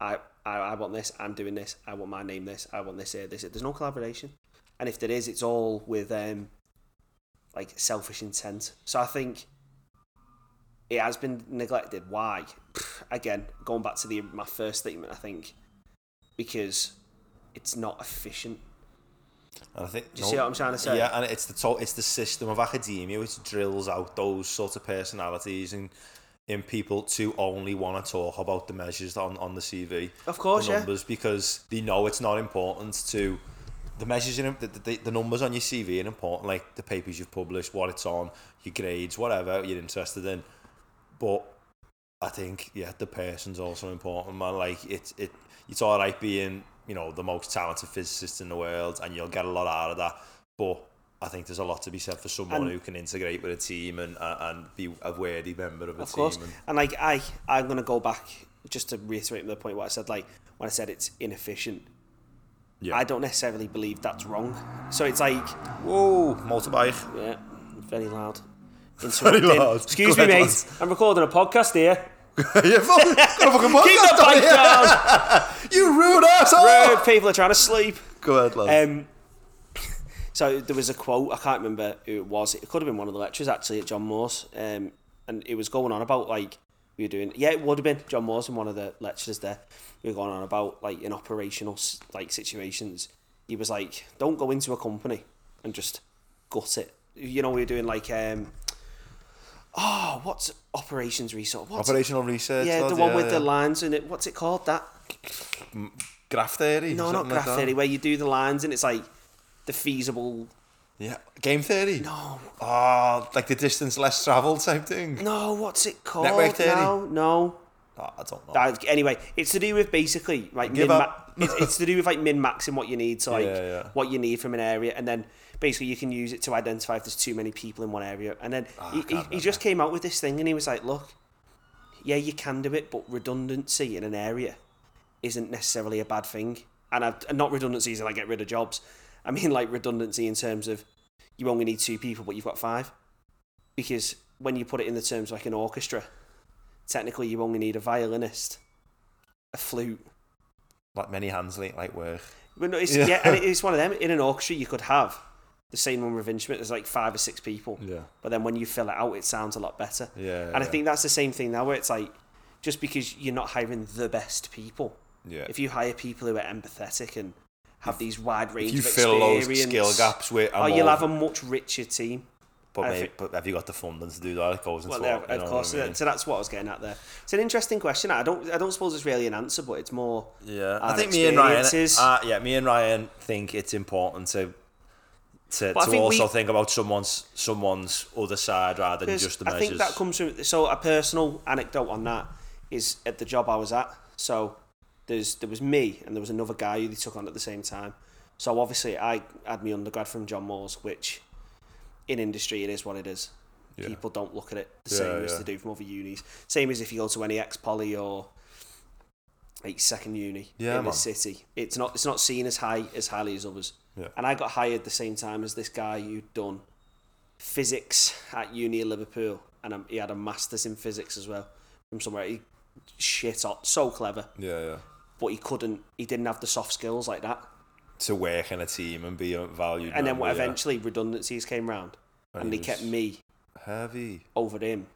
[SPEAKER 1] I, I I want this, I'm doing this, I want my name this, I want this here, this. Here. There's no collaboration, and if there is, it's all with um like selfish intent. So I think it has been neglected. Why? Again, going back to the my first statement, I think because it's not efficient.
[SPEAKER 2] And I think,
[SPEAKER 1] Do you see what I'm trying to say?
[SPEAKER 2] Yeah, and it's the to- it's the system of academia which drills out those sort of personalities and in people to only want to talk about the measures on, on the CV.
[SPEAKER 1] Of course,
[SPEAKER 2] the
[SPEAKER 1] yeah.
[SPEAKER 2] numbers because they know it's not important to the measures in the, the, the numbers on your CV are important, like the papers you've published, what it's on, your grades, whatever you're interested in. But I think yeah, the person's also important, man. Like it, it, it's all right being you know the most talented physicist in the world, and you'll get a lot out of that. But I think there's a lot to be said for someone
[SPEAKER 1] And-
[SPEAKER 2] who can integrate with a team and uh, and be a worthy member of a
[SPEAKER 1] of
[SPEAKER 2] team.
[SPEAKER 1] course.
[SPEAKER 2] And
[SPEAKER 1] And like I, I'm gonna go back just to reiterate the point what I said. Like when I said it's inefficient,
[SPEAKER 2] Yeah.
[SPEAKER 1] I don't necessarily believe that's wrong. So it's like,
[SPEAKER 2] whoa, motorbike.
[SPEAKER 1] yeah, very loud.
[SPEAKER 2] Very
[SPEAKER 1] Interrupting.
[SPEAKER 2] loud.
[SPEAKER 1] Excuse
[SPEAKER 2] Go
[SPEAKER 1] me,
[SPEAKER 2] ahead,
[SPEAKER 1] mate. I'm recording a podcast here.
[SPEAKER 2] yeah, fucking, got a fucking
[SPEAKER 1] Keep the
[SPEAKER 2] podcast on
[SPEAKER 1] bike
[SPEAKER 2] here.
[SPEAKER 1] down.
[SPEAKER 2] You rude asshole.
[SPEAKER 1] Rude, People are trying to sleep.
[SPEAKER 2] Go ahead, lad.
[SPEAKER 1] Um, so there was a quote I can't remember who it was. It could have been one of the lecturers actually at John Morse, um, and it was going on about like we were doing. Yeah, it would have been John Morse and one of the lecturers there. We were going on about like in operational s- like situations. He was like, "Don't go into a company and just gut it." You know, we were doing like, um, oh, what's operations resource? What's it?
[SPEAKER 2] Operational research.
[SPEAKER 1] Yeah,
[SPEAKER 2] lad,
[SPEAKER 1] the one with
[SPEAKER 2] yeah.
[SPEAKER 1] the lines in it. What's it called? That
[SPEAKER 2] graph theory.
[SPEAKER 1] no, not
[SPEAKER 2] something
[SPEAKER 1] graph
[SPEAKER 2] like that.
[SPEAKER 1] theory, where you do the lines and it's like the feasible
[SPEAKER 2] Yeah, game theory.
[SPEAKER 1] No,
[SPEAKER 2] Ah, like the distance less travel type thing.
[SPEAKER 1] no, what's it called?
[SPEAKER 2] Network theory?
[SPEAKER 1] No, no.
[SPEAKER 2] Ah, I don't know.
[SPEAKER 1] That- anyway, it's to do with basically like
[SPEAKER 2] Give
[SPEAKER 1] min
[SPEAKER 2] up.
[SPEAKER 1] it's, it's to do with like min maxing what you need, so like
[SPEAKER 2] Yeah, yeah.
[SPEAKER 1] what you need from an area, and then basically you can use it to identify if there's too many people in one area. And then
[SPEAKER 2] Ah, I
[SPEAKER 1] he,
[SPEAKER 2] can't
[SPEAKER 1] he, he
[SPEAKER 2] remember.
[SPEAKER 1] just came out with this thing, and he was like, "Look, yeah, you can do it, but redundancy in an area isn't necessarily a bad thing. And, I've, and not redundancies and I get rid of jobs. I mean, like redundancy in terms of you only need two people, but you've got five. Because when you put it in the terms like an orchestra, technically you only need a violinist, a flute.
[SPEAKER 2] like many hands like, like work.
[SPEAKER 1] But no, it's,
[SPEAKER 2] Yeah.
[SPEAKER 1] yeah. and it- it's one of them. In an orchestra, you could have the same number of instruments. There's like five or six people.
[SPEAKER 2] Yeah.
[SPEAKER 1] But then when you fill it out, it sounds a lot better.
[SPEAKER 2] Yeah.
[SPEAKER 1] And I think that's the same thing now, where it's like, just because you're not hiring the best people,
[SPEAKER 2] yeah.
[SPEAKER 1] if you hire people who are empathetic and have these wide range
[SPEAKER 2] If you
[SPEAKER 1] of
[SPEAKER 2] fill those
[SPEAKER 1] experience,
[SPEAKER 2] skill gaps with,
[SPEAKER 1] oh,
[SPEAKER 2] a
[SPEAKER 1] you'll
[SPEAKER 2] more-
[SPEAKER 1] have a much richer team.
[SPEAKER 2] but,
[SPEAKER 1] I
[SPEAKER 2] maybe,
[SPEAKER 1] think-
[SPEAKER 2] but have you got the funding to do that? It goes into
[SPEAKER 1] Well,
[SPEAKER 2] well,
[SPEAKER 1] yeah, of course. uh,
[SPEAKER 2] I mean?
[SPEAKER 1] So that's what I was getting at there. It's an interesting question. I don't, I don't suppose it's really an answer, but it's more.
[SPEAKER 2] Yeah, I
[SPEAKER 1] our
[SPEAKER 2] think me and Ryan.
[SPEAKER 1] experiences.
[SPEAKER 2] Uh, yeah, me and Ryan think it's important to to, to
[SPEAKER 1] But I think we-
[SPEAKER 2] also think about someone's someone's other side rather than just the
[SPEAKER 1] I
[SPEAKER 2] measures.
[SPEAKER 1] think that comes from so a personal anecdote on that is at the job I was at. So There's there was me and there was another guy who they took on at the same time. So obviously I had my undergrad from John Moores, which in industry it is what it is.
[SPEAKER 3] Yeah.
[SPEAKER 1] People don't look at it the
[SPEAKER 3] Yeah,
[SPEAKER 1] same as
[SPEAKER 3] yeah.
[SPEAKER 1] they do from other unis. Same as if you go to any ex poly or like second uni
[SPEAKER 2] Yeah,
[SPEAKER 1] in
[SPEAKER 2] man.
[SPEAKER 1] the city. It's not it's not seen as high as highly as others.
[SPEAKER 3] Yeah.
[SPEAKER 1] And I got hired the same time as this guy who'd done physics at uni in Liverpool, and um, he had a masters in physics as well from somewhere. He shit up, so clever,
[SPEAKER 3] Yeah, yeah.
[SPEAKER 1] but he couldn't. He didn't have the soft skills like that.
[SPEAKER 2] to work in a team and be a valued.
[SPEAKER 1] And then
[SPEAKER 2] member,
[SPEAKER 1] what?
[SPEAKER 2] yeah.
[SPEAKER 1] Eventually, redundancies came round, and,
[SPEAKER 3] he
[SPEAKER 1] they kept
[SPEAKER 3] was-
[SPEAKER 1] me
[SPEAKER 3] Heavy.
[SPEAKER 1] over him.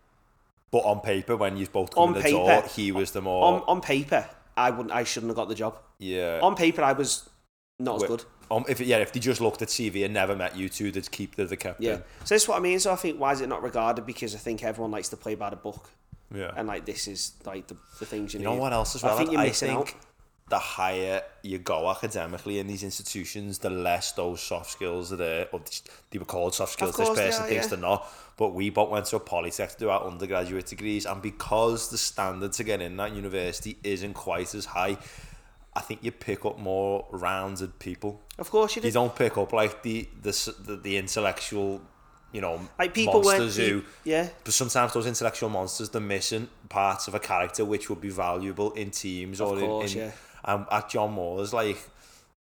[SPEAKER 2] But on paper, when you've both come
[SPEAKER 1] On
[SPEAKER 2] in the
[SPEAKER 1] paper.
[SPEAKER 2] door, he was the more.
[SPEAKER 1] On on paper, I wouldn't. I shouldn't have got the job.
[SPEAKER 2] yeah.
[SPEAKER 1] On paper, I was not as
[SPEAKER 2] Wi-
[SPEAKER 1] good.
[SPEAKER 2] Um, if yeah, if they just looked at CV and never met you two, they'd keep the, the kept
[SPEAKER 1] Yeah.
[SPEAKER 2] him.
[SPEAKER 1] So that's what I mean. So I think why is it not regarded? Because I think everyone likes to play by the book,
[SPEAKER 3] Yeah.
[SPEAKER 1] and like this is like the, the things you,
[SPEAKER 2] You
[SPEAKER 1] need.
[SPEAKER 2] know what else as
[SPEAKER 1] I
[SPEAKER 2] well?
[SPEAKER 1] think you're missing out.
[SPEAKER 2] think the higher you go academically in these institutions, the less those soft skills are there. Or th- they were called soft skills.
[SPEAKER 1] course
[SPEAKER 2] this
[SPEAKER 1] they
[SPEAKER 2] person
[SPEAKER 1] are,
[SPEAKER 2] thinks
[SPEAKER 1] yeah.
[SPEAKER 2] they're not. But we both went to a polytech to do our undergraduate degrees, and because the standard to get in that university isn't quite as high, I think you pick up more rounded people.
[SPEAKER 1] Of course you
[SPEAKER 2] you
[SPEAKER 1] did.
[SPEAKER 2] don't pick up like the the s- the, the intellectual, you know,
[SPEAKER 1] Like people weren't.
[SPEAKER 2] monsters who.
[SPEAKER 1] yeah.
[SPEAKER 2] But sometimes those intellectual monsters, they're missing parts of a character which would be valuable in teams or
[SPEAKER 1] course,
[SPEAKER 2] in. in
[SPEAKER 1] yeah.
[SPEAKER 2] And at John Moore's, like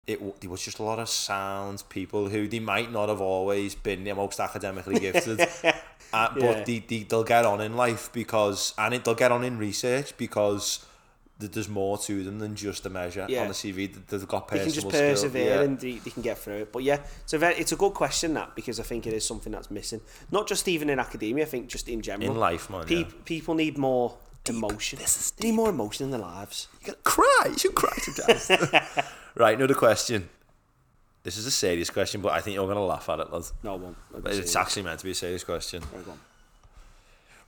[SPEAKER 2] it, w- there was just a lot of sound people who they might not have always been the most academically gifted, uh, but
[SPEAKER 1] Yeah.
[SPEAKER 2] they, they they'll get on in life because and it, they'll get on in research because. th- There's more to them than just a measure
[SPEAKER 1] Yeah.
[SPEAKER 2] on the CV. Th- They've got
[SPEAKER 1] they can
[SPEAKER 2] personal
[SPEAKER 1] just
[SPEAKER 2] skill.
[SPEAKER 1] persevere
[SPEAKER 2] Yeah.
[SPEAKER 1] and they, they can get through it. But yeah, it's a very, it's a good question that because I think it is something that's missing. Not just even in academia, I think just in general.
[SPEAKER 2] in life, man.
[SPEAKER 1] Pe-
[SPEAKER 2] yeah.
[SPEAKER 1] People need more emotion. They need more emotion in their lives.
[SPEAKER 2] You gotta cry. You should cry to death. right, another question. This is a serious question, but I think you're gonna laugh at it, lads.
[SPEAKER 1] No one.
[SPEAKER 2] It's actually meant to be a serious question.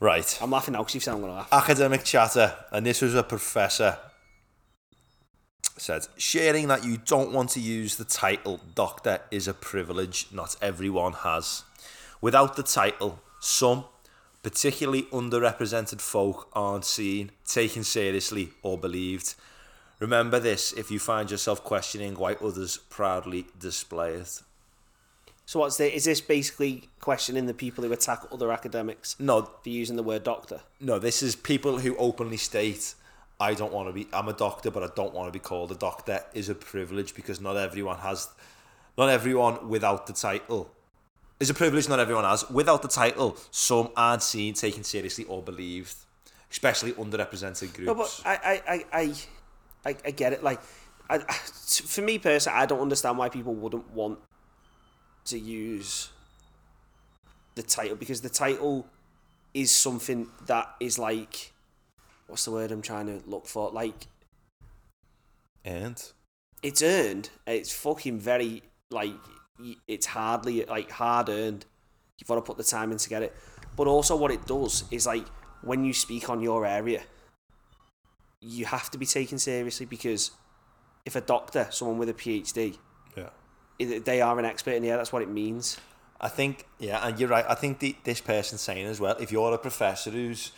[SPEAKER 2] Right.
[SPEAKER 1] I'm laughing now because you've said I'm going to laugh.
[SPEAKER 2] Academic chatter, and this was a professor. Said, sharing that you don't want to use the title doctor is a privilege not everyone has. Without the title, some, particularly underrepresented folk, aren't seen, taken seriously, or believed. Remember this if you find yourself questioning why others proudly display it.
[SPEAKER 1] So what's the, is this basically questioning the people who attack other academics
[SPEAKER 2] No,
[SPEAKER 1] for using the word doctor?
[SPEAKER 2] No, this is people who openly state, I don't want to be, I'm a doctor, but I don't want to be called a doctor is a privilege because not everyone has, not everyone without the title is a privilege not everyone has. Without the title, some aren't seen, taken seriously, or believed, especially underrepresented groups.
[SPEAKER 1] No, but I, I, I, I, I, I get it. Like, I, I- for me personally, I don't understand why people wouldn't want to use the title because the title is something that is like, what's the word I'm trying to look for? Like,
[SPEAKER 2] and
[SPEAKER 1] it's earned. It's fucking very like y- it's hardly like hard earned. You've got to put the time in to get it. But also, what it does is like when you speak on your area, you have to be taken seriously because if a doctor, someone with a PhD,
[SPEAKER 2] yeah.
[SPEAKER 1] i- they are an expert in the air. That's what it means.
[SPEAKER 2] I think, yeah, and you're right. I think the, this person's saying as well, if you're a professor who's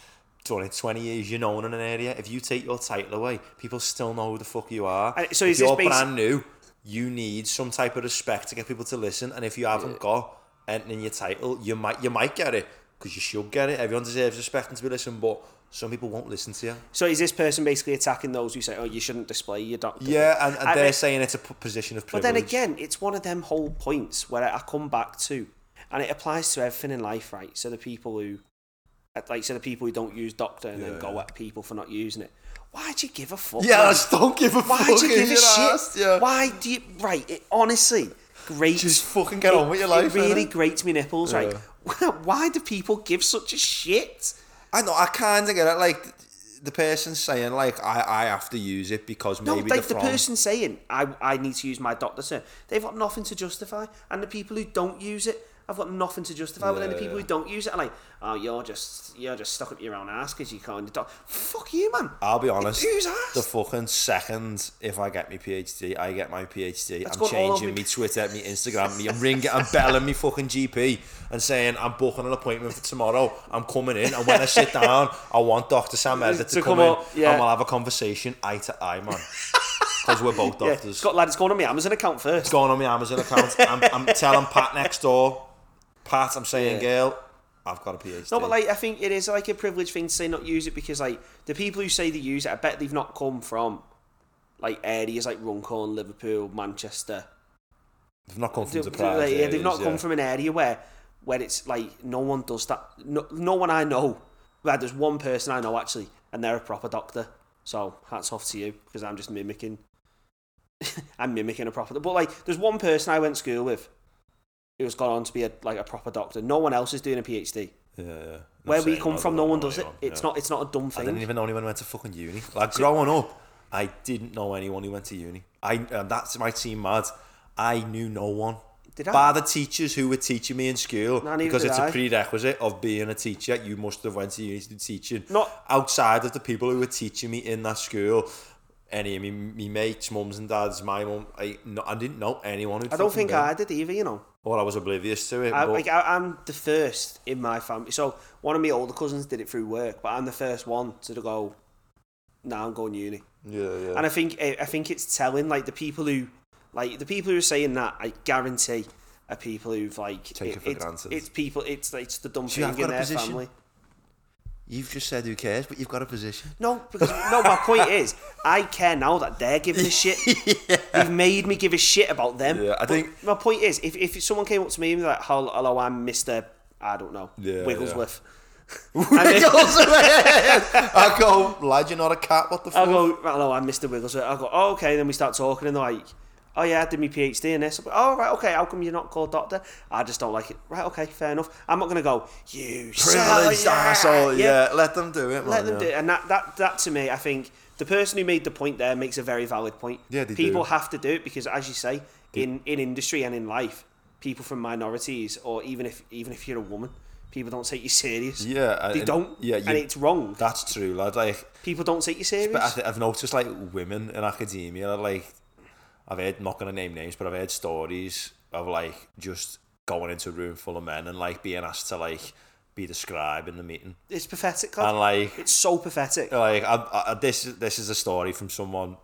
[SPEAKER 2] done it 20 years, you're known in an area, if you take your title away, people still know who the fuck you are.
[SPEAKER 1] And so
[SPEAKER 2] if
[SPEAKER 1] is this
[SPEAKER 2] you're
[SPEAKER 1] basi-
[SPEAKER 2] brand new, you need some type of respect to get people to listen. And if you haven't got anything in your title, you might you might get it because you should get it. Everyone deserves respect and to be listened, but some people won't listen to you.
[SPEAKER 1] So is this person basically attacking those who say, "Oh, you shouldn't display your doctor"?
[SPEAKER 2] Yeah, and, and
[SPEAKER 1] I
[SPEAKER 2] they're
[SPEAKER 1] mean-
[SPEAKER 2] saying it's a p- position of
[SPEAKER 1] But
[SPEAKER 2] privilege.
[SPEAKER 1] then again, it's one of them whole points where I come back to, and it applies to everything in life, right? So the people who, like, so the people who don't use doctor and then go at people for not using it. Why do you give a fuck?
[SPEAKER 2] yeah,
[SPEAKER 1] man?
[SPEAKER 2] just don't give a
[SPEAKER 1] why
[SPEAKER 2] fuck.
[SPEAKER 1] do you
[SPEAKER 2] in
[SPEAKER 1] give a
[SPEAKER 2] your
[SPEAKER 1] shit?
[SPEAKER 2] ass, Yeah.
[SPEAKER 1] Why do you? Right, it, honestly, great.
[SPEAKER 2] Just fucking get on with your life,
[SPEAKER 1] It really
[SPEAKER 2] innit?
[SPEAKER 1] grates me nipples, right? why do people give such a shit?
[SPEAKER 2] I know I kind of get it. Like the person saying, like I, I have to use it because
[SPEAKER 1] No,
[SPEAKER 2] maybe
[SPEAKER 1] like
[SPEAKER 2] they're
[SPEAKER 1] the
[SPEAKER 2] from.
[SPEAKER 1] person saying, I, I need to use my doctor, sir, they've got nothing to justify. And the people who don't use it I've got nothing to justify. But then the
[SPEAKER 2] Yeah,
[SPEAKER 1] people
[SPEAKER 2] yeah.
[SPEAKER 1] who don't use it are like, oh, you're just you're just stuck up your own ass because you can't. Do-. Fuck you, man.
[SPEAKER 2] I'll be honest.
[SPEAKER 1] Who's asked?
[SPEAKER 2] The fucking second if I get my PhD, I get my PhD. I'm
[SPEAKER 1] gone all over
[SPEAKER 2] changing
[SPEAKER 1] me-
[SPEAKER 2] me Twitter, me Instagram, me ring, I'm belling me fucking GP and saying I'm booking an appointment for tomorrow. I'm coming in, and when I sit down, I want Doctor Sam Edit to,
[SPEAKER 1] To
[SPEAKER 2] come,
[SPEAKER 1] come
[SPEAKER 2] in,
[SPEAKER 1] up, yeah.
[SPEAKER 2] and we'll have a conversation eye to eye, man, because we're both
[SPEAKER 1] Yeah,
[SPEAKER 2] doctors.
[SPEAKER 1] it's got lad. It's going on my Amazon account first.
[SPEAKER 2] It's going on my Amazon account. I'm, I'm telling Pat next door, Pat, I'm saying, girl, I've got a PhD.
[SPEAKER 1] No, but like I think it is like a privileged thing to say not use it because like the people who say they use it, I bet they've not come from like areas like Runcorn, Liverpool, Manchester.
[SPEAKER 2] they've not come from
[SPEAKER 1] They-
[SPEAKER 2] deprived.
[SPEAKER 1] they- yeah, they've not
[SPEAKER 2] areas,
[SPEAKER 1] come
[SPEAKER 2] yeah.
[SPEAKER 1] from an area where where it's like no one does that. No, no one I know. Well, there's one person I know actually, and they're a proper doctor. So hats off to you because I'm just mimicking. I'm mimicking a proper. But like, there's one person I went to school with who's gone on to be a like a proper doctor. No one else is doing a PhD.
[SPEAKER 2] Yeah, yeah. Not
[SPEAKER 1] Where we
[SPEAKER 2] saying
[SPEAKER 1] come
[SPEAKER 2] not
[SPEAKER 1] from,
[SPEAKER 2] that
[SPEAKER 1] no
[SPEAKER 2] I
[SPEAKER 1] one
[SPEAKER 2] know
[SPEAKER 1] does it.
[SPEAKER 2] anyone,
[SPEAKER 1] It's
[SPEAKER 2] yeah.
[SPEAKER 1] not. It's not a dumb
[SPEAKER 2] I
[SPEAKER 1] thing.
[SPEAKER 2] didn't even know anyone who went to fucking uni. Like growing up, I didn't know anyone who went to uni. I uh, that's my team mad. I knew no one.
[SPEAKER 1] Did I?
[SPEAKER 2] By the teachers who were teaching me in school,
[SPEAKER 1] No, neither
[SPEAKER 2] because
[SPEAKER 1] did
[SPEAKER 2] it's
[SPEAKER 1] I.
[SPEAKER 2] a prerequisite of being a teacher. You must have went to uni to do teaching.
[SPEAKER 1] Not-
[SPEAKER 2] outside of the people who were teaching me in that school. Any of me, me mates, mums and dads, my mum. I, no, I didn't know anyone. Who'd
[SPEAKER 1] I don't
[SPEAKER 2] fucking
[SPEAKER 1] think
[SPEAKER 2] been.
[SPEAKER 1] I did either. You know.
[SPEAKER 2] Or I was oblivious to it.
[SPEAKER 1] I,
[SPEAKER 2] but
[SPEAKER 1] like, I, I'm the first in my family. So one of my older cousins did it through work, but I'm the first one to go. Now I'm going uni,
[SPEAKER 2] yeah, yeah.
[SPEAKER 1] and I think I I think it's telling. Like the people who, like the people who are saying that, I guarantee, are people who've like
[SPEAKER 2] Take it for
[SPEAKER 1] it's,
[SPEAKER 2] granted.
[SPEAKER 1] It's people. It's it's the dumb
[SPEAKER 2] So you
[SPEAKER 1] thing
[SPEAKER 2] have got
[SPEAKER 1] in
[SPEAKER 2] a
[SPEAKER 1] their
[SPEAKER 2] position?
[SPEAKER 1] family.
[SPEAKER 2] You've just said who cares, but you've got a position.
[SPEAKER 1] No, because no. My point is, I care now that they're giving a shit. They've made me give a shit about them.
[SPEAKER 2] Yeah, I
[SPEAKER 1] But
[SPEAKER 2] think-
[SPEAKER 1] my point is, if, if someone came up to me and was like, "Hello, hello I'm Mister, I don't know,
[SPEAKER 2] Yeah, yeah.
[SPEAKER 1] Wigglesworth."
[SPEAKER 2] Wiggles around. I go, lad, you're not a cat. What the
[SPEAKER 1] I'll
[SPEAKER 2] fuck?
[SPEAKER 1] go, hello, I'm Mr. Wigglesworth. I'll go, oh, okay. Then we start talking, and they're like, oh, yeah, I did my PhD in this. I'll be, oh, right, okay. How come you're not called doctor? I just don't like it. Right, okay, fair enough. I'm not going to go, you
[SPEAKER 2] Privileged
[SPEAKER 1] sell-
[SPEAKER 2] asshole. Yeah. let them do it. Man,
[SPEAKER 1] Let them
[SPEAKER 2] yeah.
[SPEAKER 1] do it. And that, that, that to me, I think the person who made the point there makes a very valid point.
[SPEAKER 2] Yeah, they
[SPEAKER 1] People
[SPEAKER 2] do.
[SPEAKER 1] have to do it because, as you say, in, in industry and in life, people from minorities, or even if even if you're a woman, people don't take you serious.
[SPEAKER 2] Yeah, I-
[SPEAKER 1] they
[SPEAKER 2] and-
[SPEAKER 1] don't.
[SPEAKER 2] yeah,
[SPEAKER 1] and
[SPEAKER 2] you-
[SPEAKER 1] it's wrong.
[SPEAKER 2] That's true, lad. Like,
[SPEAKER 1] People don't take you serious.
[SPEAKER 2] but I th- I've noticed like women in academia, are, like, I've heard not gonna name names, but I've heard stories of like just going into a room full of men and like being asked to like be the scribe in the meeting
[SPEAKER 1] it's pathetic. lad.
[SPEAKER 2] and like Oh,
[SPEAKER 1] It's so pathetic.
[SPEAKER 2] like I, I, I- this is this is a story from someone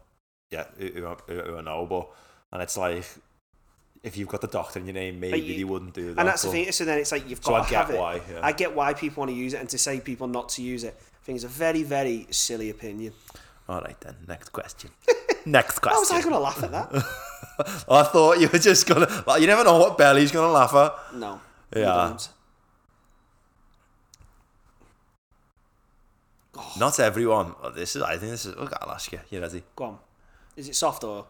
[SPEAKER 2] yeah who, who, I- who, who I know but and it's like if you've got the doctor in your name maybe
[SPEAKER 1] you-
[SPEAKER 2] you, wouldn't do that
[SPEAKER 1] and that's the
[SPEAKER 2] but-
[SPEAKER 1] thing. So then it's like you've
[SPEAKER 2] So
[SPEAKER 1] got
[SPEAKER 2] I
[SPEAKER 1] to
[SPEAKER 2] get
[SPEAKER 1] have it.
[SPEAKER 2] why, yeah.
[SPEAKER 1] I get why people want to use it, and to say people not to use it, I think it's a very, very silly opinion.
[SPEAKER 2] all right then next question next question
[SPEAKER 1] I was I going to laugh at that?
[SPEAKER 2] I thought you were just gonna like you never know what belly's gonna laugh at
[SPEAKER 1] No.
[SPEAKER 2] Yeah.
[SPEAKER 1] You don't.
[SPEAKER 2] not everyone oh, this is I think this is look I'll ask you you ready
[SPEAKER 1] Go on. Is it soft or?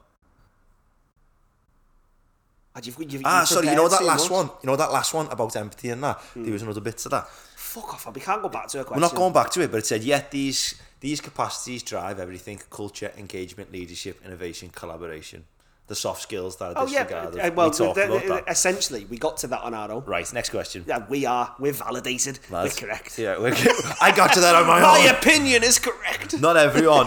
[SPEAKER 1] Ah, you've, you've,
[SPEAKER 2] ah
[SPEAKER 1] you've
[SPEAKER 2] sorry you know
[SPEAKER 1] prepared
[SPEAKER 2] that
[SPEAKER 1] too
[SPEAKER 2] last
[SPEAKER 1] much. Hmm.
[SPEAKER 2] one you know that last one about empathy and that there was another bit to that
[SPEAKER 1] Fuck off! We can't go back to a question.
[SPEAKER 2] We're not going back to it, but it said, yet these these capacities drive everything: culture, engagement, leadership, innovation, collaboration. The soft skills that are
[SPEAKER 1] Oh yeah.
[SPEAKER 2] disregarded.
[SPEAKER 1] uh, well,
[SPEAKER 2] we talked
[SPEAKER 1] the-
[SPEAKER 2] about
[SPEAKER 1] the-
[SPEAKER 2] that.
[SPEAKER 1] essentially, we got to that on our own.
[SPEAKER 2] Right, next question.
[SPEAKER 1] Yeah, we are. We're validated.
[SPEAKER 2] lads.
[SPEAKER 1] We're correct. Oh,
[SPEAKER 2] Yeah, we're, I got to that on my
[SPEAKER 1] My
[SPEAKER 2] own.
[SPEAKER 1] opinion is correct.
[SPEAKER 2] Not everyone,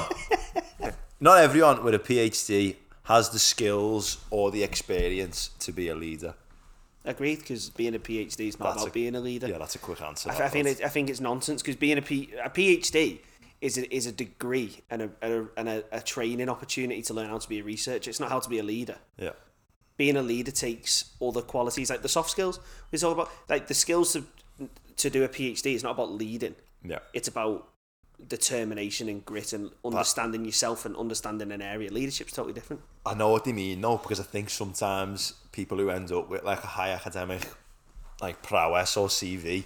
[SPEAKER 2] not everyone with a PhD has the skills or the experience to be a leader.
[SPEAKER 1] Agreed, because being a PhD is not
[SPEAKER 2] That's
[SPEAKER 1] about
[SPEAKER 2] a-
[SPEAKER 1] being a leader.
[SPEAKER 2] Yeah, that's a quick answer.
[SPEAKER 1] I,
[SPEAKER 2] that,
[SPEAKER 1] I think
[SPEAKER 2] but-
[SPEAKER 1] it, I think it's nonsense because being a, P, a PhD is a, is a degree and a and, a, and a, a training opportunity to learn how to be a researcher. It's not how to be a leader.
[SPEAKER 2] yeah.
[SPEAKER 1] Being a leader takes other qualities like the soft skills. It's all about like the skills to to do a PhD is not about leading.
[SPEAKER 2] Yeah.
[SPEAKER 1] It's about determination and grit and understanding yourself and understanding an area. Leadership's totally different.
[SPEAKER 2] I know what they mean though, because I think sometimes people who end up with like a high academic like prowess or CV,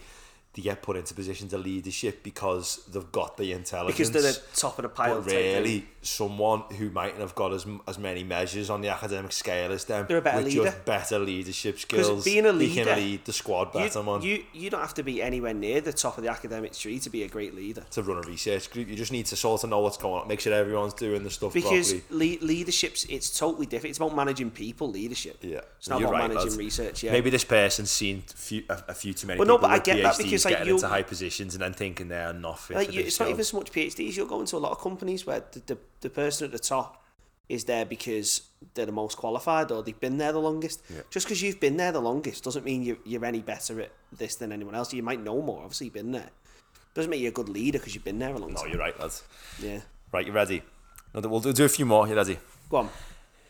[SPEAKER 2] they get put into positions of leadership because they've got the intelligence.
[SPEAKER 1] because they're the top of the pile.
[SPEAKER 2] But
[SPEAKER 1] type thing.
[SPEAKER 2] really, someone who mightn't have got as as many measures on the academic scale as them,
[SPEAKER 1] They're a better
[SPEAKER 2] with
[SPEAKER 1] leader.
[SPEAKER 2] just better leadership skills,
[SPEAKER 1] being a
[SPEAKER 2] they
[SPEAKER 1] leader,
[SPEAKER 2] can lead the squad better.
[SPEAKER 1] you,
[SPEAKER 2] man,
[SPEAKER 1] you you don't have to be anywhere near the top of the academic tree to be a great leader.
[SPEAKER 2] to run a research group, you just need to sort of know what's going on, make sure everyone's doing the stuff
[SPEAKER 1] Because
[SPEAKER 2] properly.
[SPEAKER 1] le- leadership's it's totally different. It's about managing people, leadership.
[SPEAKER 2] Yeah,
[SPEAKER 1] It's not
[SPEAKER 2] You're
[SPEAKER 1] about
[SPEAKER 2] right,
[SPEAKER 1] managing
[SPEAKER 2] lads.
[SPEAKER 1] research. Yeah.
[SPEAKER 2] Maybe this person's seen few, a, a few too many
[SPEAKER 1] Well, no,
[SPEAKER 2] people
[SPEAKER 1] but I
[SPEAKER 2] with
[SPEAKER 1] get
[SPEAKER 2] PhDs
[SPEAKER 1] that because, like,
[SPEAKER 2] getting
[SPEAKER 1] you'll-
[SPEAKER 2] into high positions and then thinking they're not fit
[SPEAKER 1] like
[SPEAKER 2] for
[SPEAKER 1] you,
[SPEAKER 2] this
[SPEAKER 1] it's not
[SPEAKER 2] job.
[SPEAKER 1] even so much PhDs. You'll go into a lot of companies where the, the, the person at the top is there because they're the most qualified or they've been there the longest. Just because you've been there the longest doesn't mean you, you're any better at this than anyone else. You might know more. Obviously, you've been there. Doesn't make you a good leader because you've been there a long
[SPEAKER 2] No,
[SPEAKER 1] time.
[SPEAKER 2] you're right, lads.
[SPEAKER 1] Yeah.
[SPEAKER 2] Right, you ready? Another- We'll do do a few more. You ready?
[SPEAKER 1] Go on.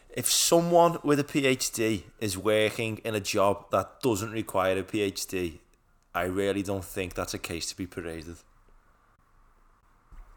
[SPEAKER 2] If someone with a PhD is working in a job that doesn't require a PhD, I really don't think that's a case to be paraded.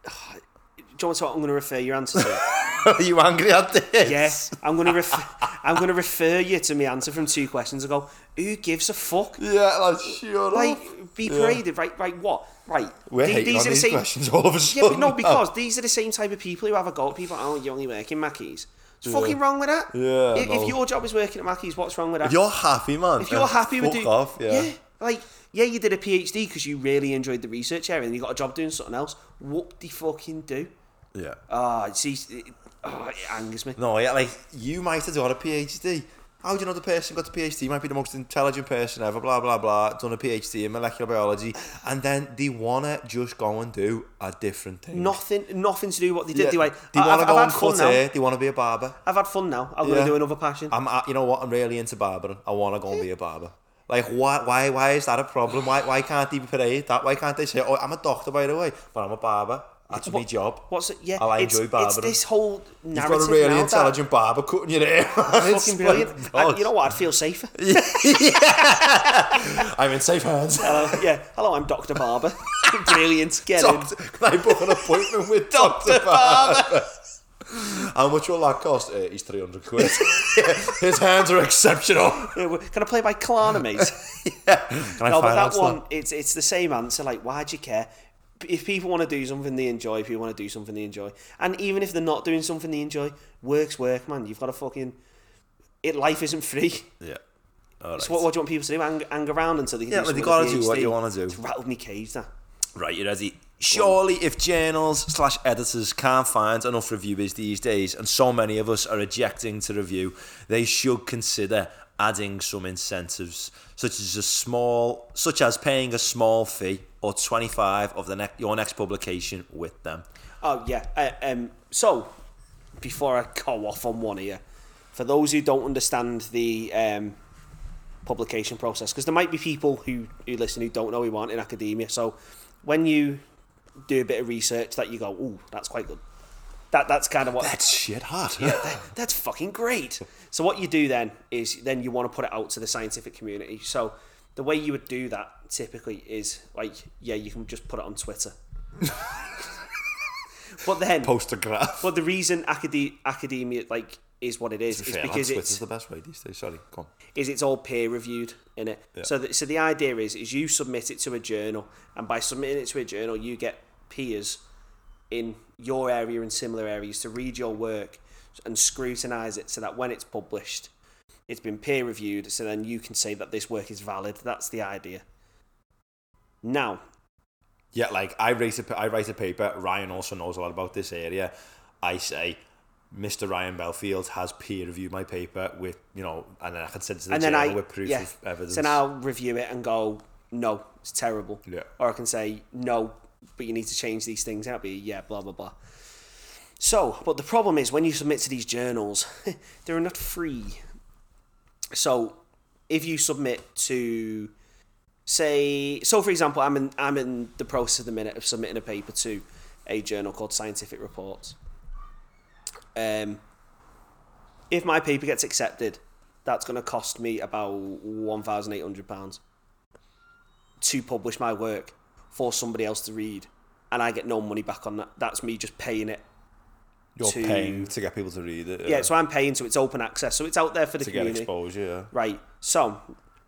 [SPEAKER 1] Do you want to? I'm going to refer your answer to.
[SPEAKER 2] Are you angry at this?
[SPEAKER 1] Yeah, I'm gonna refer, I'm gonna refer you to my answer from two questions ago. Who gives a fuck?
[SPEAKER 3] Yeah, like, sure.
[SPEAKER 1] Like, be paraded, right? Right, what? Right.
[SPEAKER 3] We're
[SPEAKER 1] the-
[SPEAKER 3] hating on
[SPEAKER 1] the
[SPEAKER 3] these
[SPEAKER 1] same,
[SPEAKER 3] questions all of a
[SPEAKER 1] Yeah,
[SPEAKER 3] sudden.
[SPEAKER 1] but no, because these are the same type of people who have a go at people. Oh, you only work in Mackey's. What's fucking wrong with that?
[SPEAKER 3] Yeah,
[SPEAKER 1] If, if
[SPEAKER 3] no.
[SPEAKER 1] your job is working at Mackey's, what's wrong with that?
[SPEAKER 2] If you're happy, man.
[SPEAKER 1] if you're happy with
[SPEAKER 2] fuck
[SPEAKER 1] doing,
[SPEAKER 2] off, yeah.
[SPEAKER 1] like yeah, you did a PhD because you really enjoyed the research area and you got a job doing something else. What do you fucking do?
[SPEAKER 2] Yeah.
[SPEAKER 1] Ah, oh, see, it, oh, it angers me.
[SPEAKER 2] No, yeah, like you might have done a PhD. How do you know the person got the PhD? Might be the most intelligent person ever, blah blah blah. Done a PhD in molecular biology, and then they wanna just go and do a different thing.
[SPEAKER 1] Nothing, nothing to do with what they did.
[SPEAKER 2] Yeah,
[SPEAKER 1] They went,
[SPEAKER 2] they
[SPEAKER 1] "I-
[SPEAKER 2] wanna
[SPEAKER 1] I've,
[SPEAKER 2] go
[SPEAKER 1] I've
[SPEAKER 2] and
[SPEAKER 1] had fun
[SPEAKER 2] cut
[SPEAKER 1] now.
[SPEAKER 2] hair. They wanna be a barber.
[SPEAKER 1] I've had fun now. I'm
[SPEAKER 2] Yeah.
[SPEAKER 1] gonna do another passion.
[SPEAKER 2] I'm, uh, you know what? I'm really into barbering. I want to go and be a barber. Like, why, why, why is that a problem? Why, why can't they be paraded that? Why can't they say, "Oh, I'm a doctor, by the way, but I'm a barber. That's my job."
[SPEAKER 1] What's it? Yeah,
[SPEAKER 2] I like
[SPEAKER 1] it's,
[SPEAKER 2] enjoy
[SPEAKER 1] It's
[SPEAKER 2] barbering.
[SPEAKER 1] this whole
[SPEAKER 2] You've
[SPEAKER 1] narrative
[SPEAKER 2] got a really
[SPEAKER 1] now
[SPEAKER 2] intelligent Oh, barber cutting your hair.
[SPEAKER 1] That, fucking brilliant. I, you know what? I'd feel safer.
[SPEAKER 2] I'm in safe hands.
[SPEAKER 1] Hello, yeah. Hello, I'm Doctor Barber. brilliant. Get in.
[SPEAKER 2] Doctor, can I book an appointment with Doctor Barber? How much will that cost? Uh, he's three hundred quid. His hands are exceptional.
[SPEAKER 1] Yeah, Uh, well, Can I play by Klarna, mate?
[SPEAKER 2] Can I
[SPEAKER 1] no, but
[SPEAKER 2] finance
[SPEAKER 1] that one, it's it's the same answer. Like, why do you care? If people want to do something they enjoy, if you want to do something they enjoy, and even if they're not doing something they enjoy, work's work, man. You've got to fucking. It life isn't free.
[SPEAKER 2] Yeah. All right.
[SPEAKER 1] So what, what do you want people to do? Hang, hang around until they can
[SPEAKER 2] Yeah,
[SPEAKER 1] do
[SPEAKER 2] but they
[SPEAKER 1] something with
[SPEAKER 2] gotta
[SPEAKER 1] a
[SPEAKER 2] do what
[SPEAKER 1] PhD?
[SPEAKER 2] you wanna do.
[SPEAKER 1] It's rattled me cage, that.
[SPEAKER 2] Right, you ready? Surely, if journals slash editors can't find enough reviewers these days, and so many of us are rejecting to review, they should consider adding some incentives, such as a small, such as paying a small fee or twenty five of the ne- your next publication with them.
[SPEAKER 1] Oh yeah. Uh, um, so, before I go off on one here, for those who don't understand the um, publication process, because there might be people who who listen who don't know who aren't in academia. So, when you do a bit of research, that you go, "Ooh, that's quite good." That that's kind of what
[SPEAKER 2] That's shit hot.
[SPEAKER 1] that- that's fucking great. So what you do then is then you want to put it out to the scientific community. So the way you would do that typically is like, yeah, you can just put it on Twitter. but then,
[SPEAKER 2] Post a graph.
[SPEAKER 1] but the reason acad- academia like is what it is is
[SPEAKER 2] Fair,
[SPEAKER 1] because
[SPEAKER 2] because
[SPEAKER 1] it's
[SPEAKER 2] Twitter's the best way these days. Sorry, come on.
[SPEAKER 1] is it's all peer reviewed in it. So the, so the idea is is you submit it to a journal, and by submitting it to a journal, you get peers in your area and similar areas to read your work and scrutinise it, so that when it's published, it's been peer reviewed. So then you can say that this work is valid. That's the idea. Now,
[SPEAKER 2] Yeah, like I write a, I write a paper. Ryan also knows a lot about this area. I say, Mr. Ryan Belfield has peer reviewed my paper with you know, and then I can send it to the
[SPEAKER 1] and then
[SPEAKER 2] journal
[SPEAKER 1] I
[SPEAKER 2] with proof
[SPEAKER 1] yeah.
[SPEAKER 2] of evidence.
[SPEAKER 1] So now I'll review it and go, no, it's terrible.
[SPEAKER 2] Yeah.
[SPEAKER 1] Or I can say no, but you need to change these things out. Be yeah, blah blah blah. So, but the problem is when you submit to these journals, they're not free. So, if you submit to, say, so for example, I'm in I'm in the process at the minute of submitting a paper to a journal called Scientific Reports. Um, if my paper gets accepted, that's going to cost me about one thousand eight hundred pounds to publish my work for somebody else to read, and I get no money back on that. That's me just paying it.
[SPEAKER 2] you're
[SPEAKER 1] to-
[SPEAKER 2] paying to get people to read it. uh,
[SPEAKER 1] Yeah, so I'm paying, so it's open access, so it's out there for the
[SPEAKER 2] to get
[SPEAKER 1] community.
[SPEAKER 2] exposure. Yeah.
[SPEAKER 1] Right. So,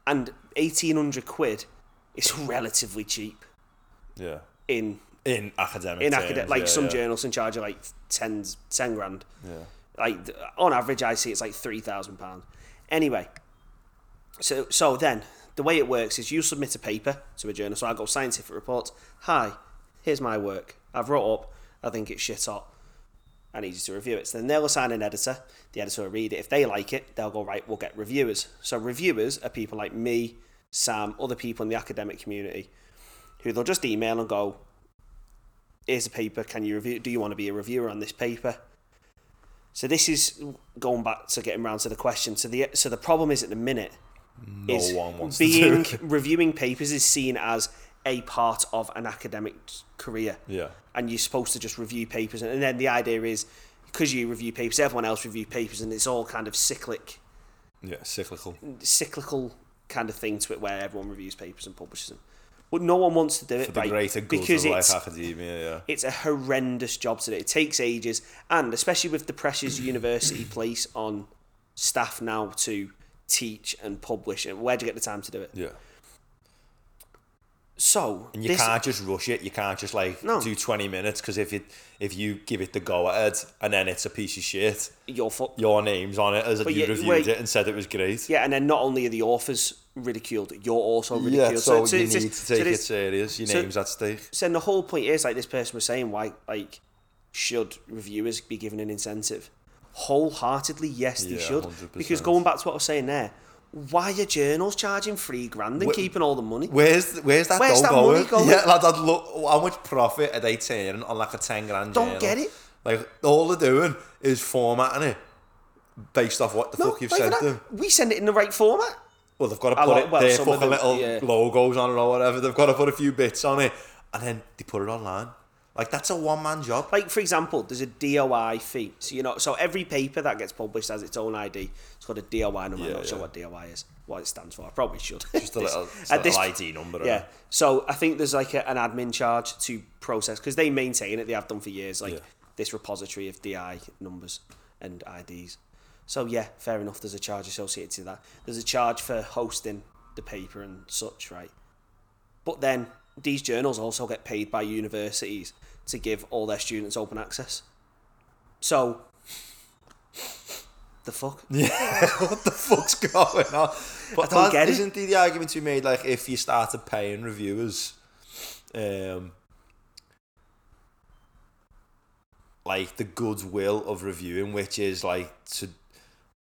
[SPEAKER 1] and eighteen hundred quid it's relatively cheap
[SPEAKER 2] Yeah.
[SPEAKER 1] in
[SPEAKER 2] In academic
[SPEAKER 1] in
[SPEAKER 2] terms,
[SPEAKER 1] academic. Like
[SPEAKER 2] yeah,
[SPEAKER 1] some
[SPEAKER 2] yeah.
[SPEAKER 1] journals can charge you like 10, 10 grand.
[SPEAKER 2] Yeah.
[SPEAKER 1] Like th- on average, I see it's like three thousand pounds. Anyway, so so then the way it works is you submit a paper to a journal. So I go scientific reports. Hi, here's my work. I've wrote up. I think it's shit hot. I need you to review it. So then they'll assign an editor. The editor will read it. If they like it, they'll go, right, we'll get reviewers. So reviewers are people like me, Sam, other people in the academic community who they'll just email and go, here's a paper. Can you review? Do you want to be a reviewer on this paper? So this is going back to getting round to the question. So the so the problem is at the minute
[SPEAKER 2] No one wants to do
[SPEAKER 1] being reviewing papers is seen as a part of an academic career.
[SPEAKER 2] Yeah.
[SPEAKER 1] And you're supposed to just review papers, and then the idea is because you review papers, everyone else review papers, and it's all kind of cyclic,
[SPEAKER 2] Yeah, cyclical.
[SPEAKER 1] cyclical kind of thing to it, where everyone reviews papers and publishes them. But no one wants to do it
[SPEAKER 2] For the
[SPEAKER 1] right,
[SPEAKER 2] greater good
[SPEAKER 1] because
[SPEAKER 2] of life
[SPEAKER 1] it's
[SPEAKER 2] academia, yeah.
[SPEAKER 1] it's a horrendous job today. It takes ages, and especially with the pressures university place on staff now to teach and publish, and where do you get the time to do it?
[SPEAKER 2] Yeah.
[SPEAKER 1] So
[SPEAKER 2] And you
[SPEAKER 1] this-
[SPEAKER 2] can't just rush it. You can't just like
[SPEAKER 1] No.
[SPEAKER 2] do 20 minutes because if you if you give it the go ahead and then it's a piece of shit,
[SPEAKER 1] your fault.
[SPEAKER 2] your name's on it as if you
[SPEAKER 1] yeah,
[SPEAKER 2] reviewed
[SPEAKER 1] wait.
[SPEAKER 2] it and said it was great.
[SPEAKER 1] Yeah, and then not only are the authors ridiculed, you're also ridiculed.
[SPEAKER 2] so, you
[SPEAKER 1] it's-
[SPEAKER 2] need
[SPEAKER 1] it's-
[SPEAKER 2] to take
[SPEAKER 1] so
[SPEAKER 2] it
[SPEAKER 1] it's-
[SPEAKER 2] serious. Your
[SPEAKER 1] so-
[SPEAKER 2] name's at stake.
[SPEAKER 1] so then the whole point is like this person was saying, why like should reviewers be given an incentive? Wholeheartedly, yes, they
[SPEAKER 2] Yeah,
[SPEAKER 1] should.
[SPEAKER 2] 100%.
[SPEAKER 1] Because going back to what I was saying there, why are journals charging three grand and
[SPEAKER 2] Wh-
[SPEAKER 1] keeping all the money?
[SPEAKER 2] Where's where's that
[SPEAKER 1] Where's
[SPEAKER 2] dough
[SPEAKER 1] that
[SPEAKER 2] going?
[SPEAKER 1] money going?
[SPEAKER 2] Yeah, like that look. How much profit are they turning on like a ten grand?
[SPEAKER 1] Don't
[SPEAKER 2] journal?
[SPEAKER 1] get it.
[SPEAKER 2] Like all they're doing is formatting it based off what the
[SPEAKER 1] No,
[SPEAKER 2] fuck you've
[SPEAKER 1] like
[SPEAKER 2] sent
[SPEAKER 1] that.
[SPEAKER 2] them.
[SPEAKER 1] We send it in the right format.
[SPEAKER 2] Well, they've got to
[SPEAKER 1] A
[SPEAKER 2] put
[SPEAKER 1] lot-
[SPEAKER 2] it
[SPEAKER 1] well,
[SPEAKER 2] their
[SPEAKER 1] some of
[SPEAKER 2] fucking
[SPEAKER 1] them,
[SPEAKER 2] little
[SPEAKER 1] yeah.
[SPEAKER 2] logos on it or whatever. They've got to put a few bits on it, and then they put it online. Like that's a one man job.
[SPEAKER 1] Like for example, there's a DOI fee. So you know, so every paper that gets published has its own ID. It's got a DOI number. I'm
[SPEAKER 2] Yeah,
[SPEAKER 1] not sure
[SPEAKER 2] yeah.
[SPEAKER 1] what DOI is, what it stands for. I probably should.
[SPEAKER 2] Just a little, just a
[SPEAKER 1] At this-
[SPEAKER 2] little ID number. on
[SPEAKER 1] Yeah.
[SPEAKER 2] it.
[SPEAKER 1] So I think there's like a, an admin charge to process because they maintain it. They have done for years. Like
[SPEAKER 2] Yeah.
[SPEAKER 1] this repository of DI numbers and IDs. So yeah, fair enough. There's a charge associated to that. There's a charge for hosting the paper and such, right? But then these journals also get paid by universities to give all their students open access. So the fuck?
[SPEAKER 2] what the fuck's going on? But
[SPEAKER 1] don't
[SPEAKER 2] that-
[SPEAKER 1] get it.
[SPEAKER 2] isn't the- the argument you made like if you started paying reviewers, um, like the goodwill of reviewing, which is like to,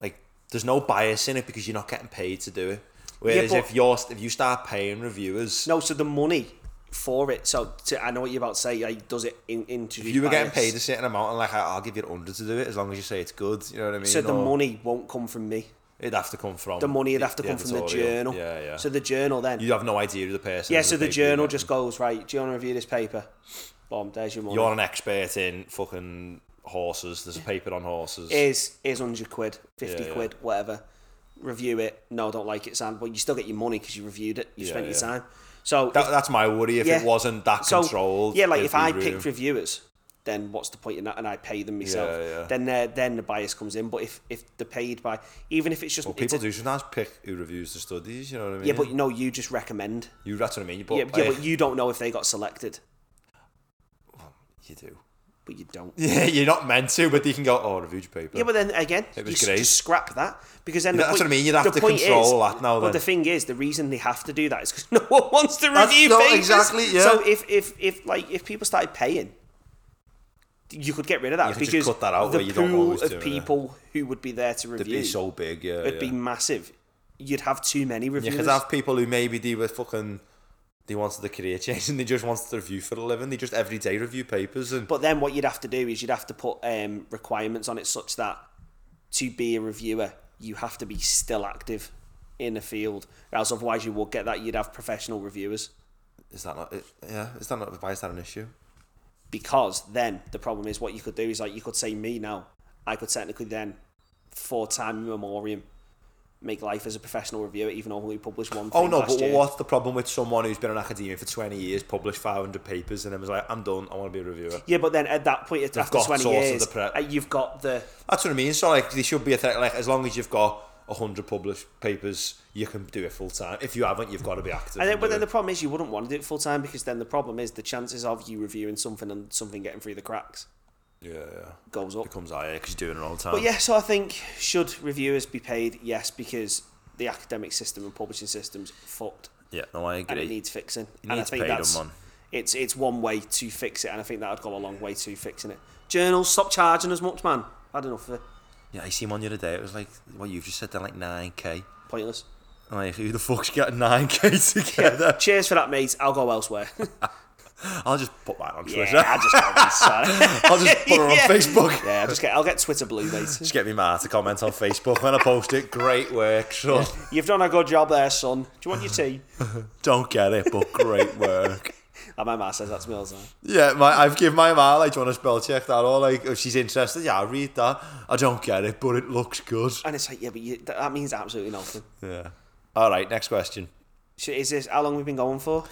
[SPEAKER 2] like there's no bias in it because you're not getting paid to do it. Whereas
[SPEAKER 1] but-
[SPEAKER 2] if you're if you start paying reviewers,
[SPEAKER 1] No, so the money for it. So to, I know what you're about to say. Like, does it in, introduce?
[SPEAKER 2] if you were getting
[SPEAKER 1] bias?
[SPEAKER 2] paid a certain amount, and like I- I'll give you a hundred to do it as long as you say it's good. You know what I mean?
[SPEAKER 1] So the
[SPEAKER 2] Or
[SPEAKER 1] money won't come from me.
[SPEAKER 2] it'd have to come from
[SPEAKER 1] The money would have to come from the
[SPEAKER 2] editorial.
[SPEAKER 1] journal.
[SPEAKER 2] Yeah, yeah.
[SPEAKER 1] So the journal then.
[SPEAKER 2] you have no idea who the person.
[SPEAKER 1] yeah,
[SPEAKER 2] is
[SPEAKER 1] so
[SPEAKER 2] that
[SPEAKER 1] the
[SPEAKER 2] they've been
[SPEAKER 1] journal
[SPEAKER 2] with.
[SPEAKER 1] just goes, right, do you want to review this paper? Boom, there's your money.
[SPEAKER 2] You're an expert in fucking horses. There's a paper on horses.
[SPEAKER 1] is is 100 quid, 50
[SPEAKER 2] Yeah, yeah.
[SPEAKER 1] quid, whatever. Review it. No, don't like it, Sam. But you still get your money because you reviewed it. You
[SPEAKER 2] Yeah,
[SPEAKER 1] spent your
[SPEAKER 2] yeah.
[SPEAKER 1] time. So
[SPEAKER 2] that, that's my worry. If
[SPEAKER 1] Yeah.
[SPEAKER 2] it wasn't that
[SPEAKER 1] so
[SPEAKER 2] controlled,
[SPEAKER 1] yeah, like if I
[SPEAKER 2] pick
[SPEAKER 1] pick reviewers, then what's the point in that? And I pay them myself.
[SPEAKER 2] Yeah, yeah.
[SPEAKER 1] Then they're- then the bias comes in. But if if they're paid by, even if it's just
[SPEAKER 2] well,
[SPEAKER 1] it's a-
[SPEAKER 2] people do sometimes pick who reviews the studies. You know what I mean?
[SPEAKER 1] yeah, but no, you just recommend.
[SPEAKER 2] you that's what I mean. But
[SPEAKER 1] yeah, yeah,
[SPEAKER 2] like,
[SPEAKER 1] but you don't know if they got selected.
[SPEAKER 2] you do.
[SPEAKER 1] But you don't.
[SPEAKER 2] Yeah, you're not meant to, but you can go. Oh, reviewed paper.
[SPEAKER 1] Yeah, but then again,
[SPEAKER 2] It
[SPEAKER 1] you
[SPEAKER 2] was
[SPEAKER 1] s-
[SPEAKER 2] great.
[SPEAKER 1] just scrap that because then the
[SPEAKER 2] That's
[SPEAKER 1] point,
[SPEAKER 2] what I mean, you'd have
[SPEAKER 1] the
[SPEAKER 2] to
[SPEAKER 1] point
[SPEAKER 2] control
[SPEAKER 1] is,
[SPEAKER 2] that now
[SPEAKER 1] But
[SPEAKER 2] then.
[SPEAKER 1] the thing is, the reason they have to do that is because no one wants to review
[SPEAKER 2] no,
[SPEAKER 1] papers.
[SPEAKER 2] exactly, yeah.
[SPEAKER 1] So if if if like if people started paying, you could get rid of that
[SPEAKER 2] You could just
[SPEAKER 1] because
[SPEAKER 2] cut that out
[SPEAKER 1] the
[SPEAKER 2] where you don't know
[SPEAKER 1] pool
[SPEAKER 2] who's
[SPEAKER 1] of
[SPEAKER 2] doing it.
[SPEAKER 1] people who would be there to
[SPEAKER 2] It'd
[SPEAKER 1] review
[SPEAKER 2] be so big. Yeah,
[SPEAKER 1] would
[SPEAKER 2] yeah.
[SPEAKER 1] be massive. You'd have too many
[SPEAKER 2] You
[SPEAKER 1] reviews.
[SPEAKER 2] could have people who maybe they were fucking. They wanted the career change and they just wanted to review for a living. They just every day review papers and
[SPEAKER 1] But then what you'd have to do is you'd have to put um, requirements on it such that to be a reviewer, you have to be still active in the field. Or else otherwise you would get that. You'd have professional reviewers
[SPEAKER 2] is that not? Yeah, is that not? Why is that an issue?
[SPEAKER 1] because then the problem is what you could do is like you could say me now. I could technically then, for time in memoriam, make life as a professional reviewer even though I only published one
[SPEAKER 2] Oh
[SPEAKER 1] thing
[SPEAKER 2] no,
[SPEAKER 1] last
[SPEAKER 2] but
[SPEAKER 1] year.
[SPEAKER 2] what's the problem with someone who's been in academia for 20 years, published 500 papers, and then was like, I'm done, I want to be a reviewer?
[SPEAKER 1] Yeah, but then at that point, after
[SPEAKER 2] got
[SPEAKER 1] 20
[SPEAKER 2] sorts of
[SPEAKER 1] years,
[SPEAKER 2] the pre-
[SPEAKER 1] uh, you've got the...
[SPEAKER 2] That's what I mean. So, like, they should be a threat, like, as long as you've got 100 published papers, you can do it full time. If you haven't, you've got to be active.
[SPEAKER 1] And then,
[SPEAKER 2] and
[SPEAKER 1] but
[SPEAKER 2] do
[SPEAKER 1] then
[SPEAKER 2] it.
[SPEAKER 1] the problem is you wouldn't want to do it full time because then the problem is the chances of you reviewing something and something getting through the cracks
[SPEAKER 2] yeah, yeah.
[SPEAKER 1] goes up.
[SPEAKER 2] Becomes higher because you're doing it all the time.
[SPEAKER 1] But yeah, so I think should reviewers be paid? Yes, because the academic system and publishing system's fucked
[SPEAKER 2] yeah, no, I
[SPEAKER 1] and it
[SPEAKER 2] agree.
[SPEAKER 1] needs fixing. and
[SPEAKER 2] You need
[SPEAKER 1] I
[SPEAKER 2] to
[SPEAKER 1] think
[SPEAKER 2] pay them
[SPEAKER 1] that's
[SPEAKER 2] on.
[SPEAKER 1] it's it's one way to fix it, and I think that'd go a long way to fixing it. Journals, stop charging as much, man. Had enough of it.
[SPEAKER 2] Yeah, I seen one the other day. It was like what you've just said. They're like nine k.
[SPEAKER 1] Pointless.
[SPEAKER 2] Like who the fuck's getting nine k together?
[SPEAKER 1] Cheers for that, mate. I'll go elsewhere.
[SPEAKER 2] I'll just put mine on Twitter.
[SPEAKER 1] yeah, I just can't be sad.
[SPEAKER 2] I'll just put it on
[SPEAKER 1] Yeah.
[SPEAKER 2] Facebook.
[SPEAKER 1] Yeah, I'll just get I'll get Twitter blue, mate.
[SPEAKER 2] Just get me ma to comment on Facebook when I post it. Great work, son.
[SPEAKER 1] You've done a good job there, son. Do you want your tea?
[SPEAKER 2] Don't get it, but great work.
[SPEAKER 1] and my ma says that to me all the time.
[SPEAKER 2] Yeah, my, I've given my ma like, do you want to spell check that? Or like, if she's interested, yeah, I'll read that. I don't get it, but it looks good.
[SPEAKER 1] And it's like, yeah, but you, that, that means absolutely nothing.
[SPEAKER 2] Yeah. All right, next question.
[SPEAKER 1] So Is this how long we've been going for?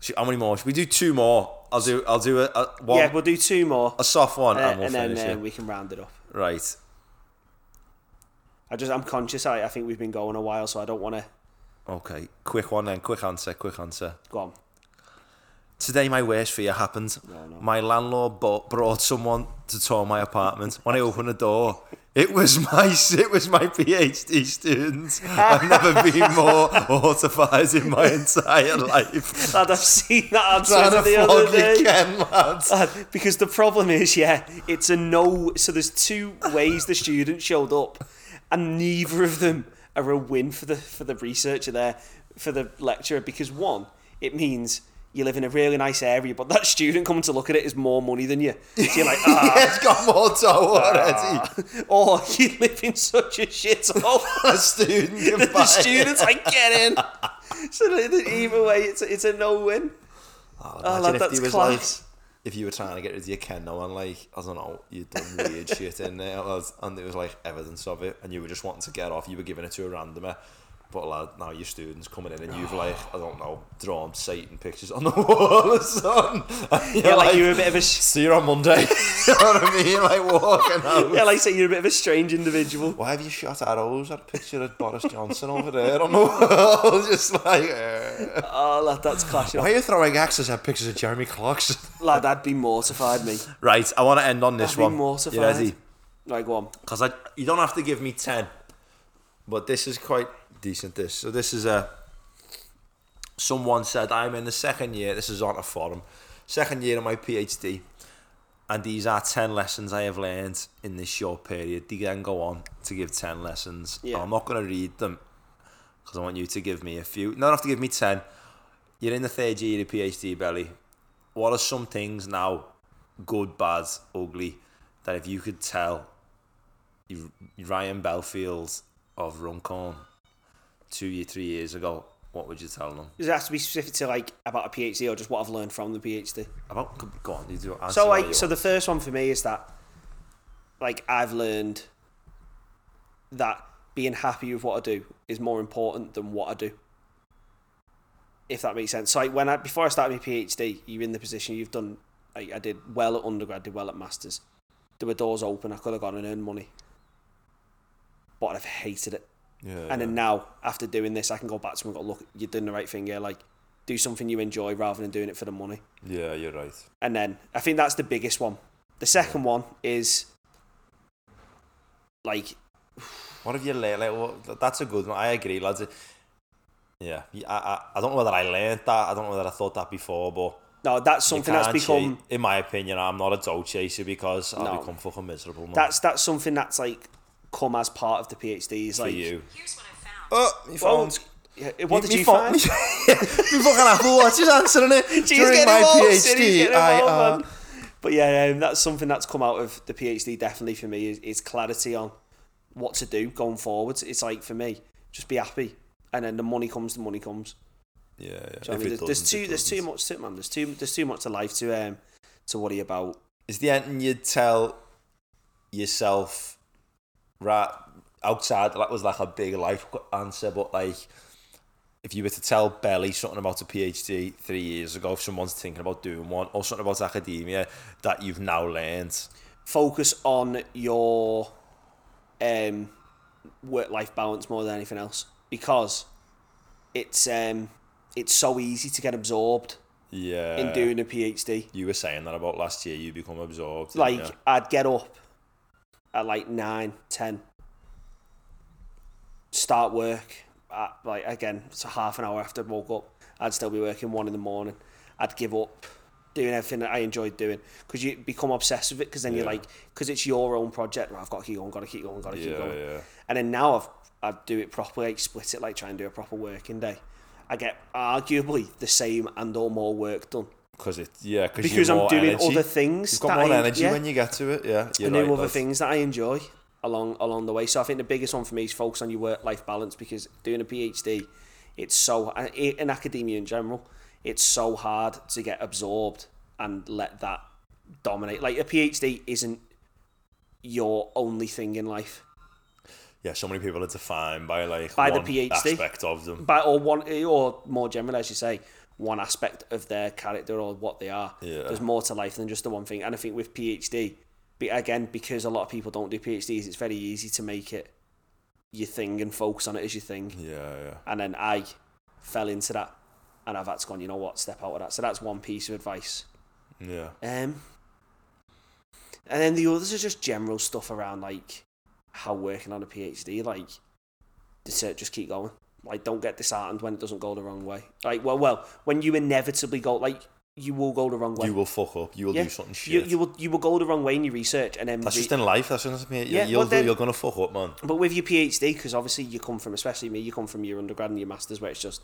[SPEAKER 2] Sh- How many more? Should we do two more? I'll do. I'll do a, a one,
[SPEAKER 1] Yeah, we'll do two more,
[SPEAKER 2] a soft one,
[SPEAKER 1] uh,
[SPEAKER 2] and we'll
[SPEAKER 1] and then
[SPEAKER 2] finish
[SPEAKER 1] uh,
[SPEAKER 2] it.
[SPEAKER 1] we can round it up.
[SPEAKER 2] Right.
[SPEAKER 1] I just I'm conscious. I, I think we've been going a while, so I don't want to
[SPEAKER 2] Okay. Quick one then. Quick answer. Quick answer.
[SPEAKER 1] go on.
[SPEAKER 2] Today, my worst fear happened.
[SPEAKER 1] no.
[SPEAKER 2] My landlord bought, brought someone to tour my apartment. When I opened the door, it was my it was my PhD student. I've never been more horrified in my entire life.
[SPEAKER 1] Lad, I've seen that on
[SPEAKER 2] Trying
[SPEAKER 1] Twitter
[SPEAKER 2] to
[SPEAKER 1] the other
[SPEAKER 2] flog
[SPEAKER 1] day.
[SPEAKER 2] you, Ken, lads.
[SPEAKER 1] Lad, Uh, because the problem is, yeah, it's a no. So there's two ways the student showed up, and neither of them are a win for the for the researcher there, for the lecturer. Because one, it means you live in a really nice area, but that student coming to look at it is more money than you. So you're like, ah.
[SPEAKER 2] it's got more toe already.
[SPEAKER 1] or you live in such a shithole.
[SPEAKER 2] A student can
[SPEAKER 1] the
[SPEAKER 2] buy
[SPEAKER 1] students, like, get in. So the- the- either way, it's a, it's a no win.
[SPEAKER 2] Oh,
[SPEAKER 1] Oh,
[SPEAKER 2] imagine
[SPEAKER 1] lad,
[SPEAKER 2] if
[SPEAKER 1] that's
[SPEAKER 2] he was
[SPEAKER 1] class.
[SPEAKER 2] like, if you were trying to get rid of your Ken, no one like I don't know, you'd done weird shit in there, lads, and there was like evidence of it, and you were just wanting to get off. You were giving it to a randomer, but lad, now your students coming in and you've like I don't know, drawn Satan pictures on the wall or something. And you're
[SPEAKER 1] yeah, like,
[SPEAKER 2] like,
[SPEAKER 1] you're a bit of a s-
[SPEAKER 2] see you on Monday. you know what I mean? Like walking out.
[SPEAKER 1] yeah, like say you're a bit of a strange individual.
[SPEAKER 2] Why have you shot arrows at a picture of Boris Johnson over there on the wall? Just like, eh.
[SPEAKER 1] Oh, lad, that's clashing.
[SPEAKER 2] why are you throwing axes at pictures of Jeremy Clarkson?
[SPEAKER 1] Lad, I'd be mortified, me.
[SPEAKER 2] Right, I want to end on this
[SPEAKER 1] I'd be
[SPEAKER 2] one.
[SPEAKER 1] mortified.
[SPEAKER 2] You ready?
[SPEAKER 1] Right, go on.
[SPEAKER 2] Because I, you don't have to give me ten, but this is quite decent. This, so this is a. Someone said I'm in the second year. This is on a forum, second year of my PhD, and these are ten lessons I have learned in this short period. They then go on to give ten lessons.
[SPEAKER 1] Yeah.
[SPEAKER 2] I'm not going to read them because I want you to give me a few. You don't have to give me ten. You're in the third year of your PhD, Belly. What are some things now, good, bad, ugly, that if you could tell you- Ryan Belfield of Runcorn two year, three years ago, what would you tell them?
[SPEAKER 1] Does it have to be specific to like about a PhD or just what I've learned from the PhD?
[SPEAKER 2] About go- go on, you do answer
[SPEAKER 1] So
[SPEAKER 2] all
[SPEAKER 1] like,
[SPEAKER 2] you
[SPEAKER 1] so
[SPEAKER 2] want.
[SPEAKER 1] the first one for me is that, like, I've learned that being happy with what I do is more important than what I do. If that makes sense. So like, when I before I started my PhD, you're in the position you've done. Like, I did well at undergrad, did well at masters. There were doors open. I could have gone and earned money, but I've hated it.
[SPEAKER 2] yeah,
[SPEAKER 1] And then now, after doing this, I can go back to him and go, look, you're doing the right thing here. Like, do something you enjoy rather than doing it for the money.
[SPEAKER 2] yeah, you're right.
[SPEAKER 1] And then I think that's the biggest one. The second one is like,
[SPEAKER 2] What have you learned? Like, what, that's a good one. I agree, lads. Yeah, y- I, I, I don't know whether I learned that. I don't know whether I thought that before, but
[SPEAKER 1] no, that's
[SPEAKER 2] you
[SPEAKER 1] something that's
[SPEAKER 2] can't
[SPEAKER 1] become
[SPEAKER 2] cheat. in my opinion, I'm not a dough chaser because I'll
[SPEAKER 1] No.
[SPEAKER 2] become fucking miserable. man.
[SPEAKER 1] that's that's something that's like come as part of the PhD. Is
[SPEAKER 2] for
[SPEAKER 1] like,
[SPEAKER 2] you.
[SPEAKER 4] Here's what I found.
[SPEAKER 2] Oh, my
[SPEAKER 1] Well,
[SPEAKER 2] phone's
[SPEAKER 1] yeah, what
[SPEAKER 2] Me-
[SPEAKER 1] did
[SPEAKER 2] me
[SPEAKER 1] you find?
[SPEAKER 2] phone- me- me fucking Apple Watch is answering it. During
[SPEAKER 1] getting
[SPEAKER 2] my
[SPEAKER 1] involved, Siri's
[SPEAKER 2] PhD,
[SPEAKER 1] getting
[SPEAKER 2] I uh,
[SPEAKER 1] involved, man. But yeah, um, that's something that's come out of the PhD definitely for me is, is clarity on what to do going forwards. It's like for me, just be happy, and then the money comes, the money comes.
[SPEAKER 2] yeah, yeah.
[SPEAKER 1] Do you know
[SPEAKER 2] If
[SPEAKER 1] what I mean? There-
[SPEAKER 2] it
[SPEAKER 1] There's
[SPEAKER 2] doesn't, it
[SPEAKER 1] too there's too
[SPEAKER 2] doesn't.
[SPEAKER 1] much to it, man. There's too there's too much to life to um to worry about.
[SPEAKER 2] Is the anything you'd tell yourself right outside that was like a big life answer, but like if you were to tell Belly something about a PhD three years ago, if someone's thinking about doing one, or something about academia that you've now learned,
[SPEAKER 1] Focus on your um work life balance more than anything else because it's um it's so easy to get absorbed
[SPEAKER 2] Yeah.
[SPEAKER 1] in doing a PhD.
[SPEAKER 2] you were saying that about last year. You become absorbed. didn't
[SPEAKER 1] Like
[SPEAKER 2] you?
[SPEAKER 1] I'd get up at like nine, ten, start work at like again, it's a half an hour after I woke up. I'd still be working one in the morning. I'd give up doing everything that I enjoyed doing because you become obsessed with it. Because then you're
[SPEAKER 2] Yeah.
[SPEAKER 1] like, because it's your own project. Right, I've got to keep going, got to keep going, got to keep
[SPEAKER 2] Yeah,
[SPEAKER 1] going.
[SPEAKER 2] yeah.
[SPEAKER 1] And then now I've I do it properly. I split it like try and do a proper working day. I get arguably the same and or more work done
[SPEAKER 2] Cause it, yeah, cause you're
[SPEAKER 1] because I'm
[SPEAKER 2] more
[SPEAKER 1] doing
[SPEAKER 2] energy.
[SPEAKER 1] other things.
[SPEAKER 2] You've got
[SPEAKER 1] that
[SPEAKER 2] more
[SPEAKER 1] I-
[SPEAKER 2] energy
[SPEAKER 1] yeah.
[SPEAKER 2] when you get to it. Yeah, you're
[SPEAKER 1] I knew
[SPEAKER 2] right,
[SPEAKER 1] other
[SPEAKER 2] lads.
[SPEAKER 1] things that I enjoy along along the way. So I think the biggest one for me is focus on your work life balance because doing a PhD, it's so and i- in academia in general, it's so hard to get absorbed and let that dominate. Like a PhD isn't your only thing in life,
[SPEAKER 2] Yeah, so many people are defined by like
[SPEAKER 1] By the
[SPEAKER 2] one
[SPEAKER 1] PhD.
[SPEAKER 2] aspect of them.
[SPEAKER 1] but or one or more generally, as you say, one aspect of their character or what they are.
[SPEAKER 2] Yeah.
[SPEAKER 1] There's more to life than just the one thing. And I think with PhD, be, again because a lot of people don't do PhDs, it's very easy to make it your thing and focus on it as your thing.
[SPEAKER 2] Yeah, yeah.
[SPEAKER 1] And then I fell into that, and I've had to go. You know what? Step out of that. So that's one piece of advice.
[SPEAKER 2] Yeah.
[SPEAKER 1] Um, and then the others are just general stuff around like how working on a PhD, like just, uh, just keep going. Like don't get disheartened when it doesn't go the wrong way. Like well, well, when you inevitably go, like you will go the wrong way.
[SPEAKER 2] you will fuck up. You will
[SPEAKER 1] Yeah.
[SPEAKER 2] do something shit.
[SPEAKER 1] You, you will you will go the wrong way in your research, and then
[SPEAKER 2] that's
[SPEAKER 1] re-
[SPEAKER 2] just in life. That's just
[SPEAKER 1] Yeah,
[SPEAKER 2] me. Yeah, you'll
[SPEAKER 1] but then-
[SPEAKER 2] do, you're gonna fuck up, man.
[SPEAKER 1] But with your PhD, because obviously you come from, especially me, you come from your undergrad and your masters, where it's just,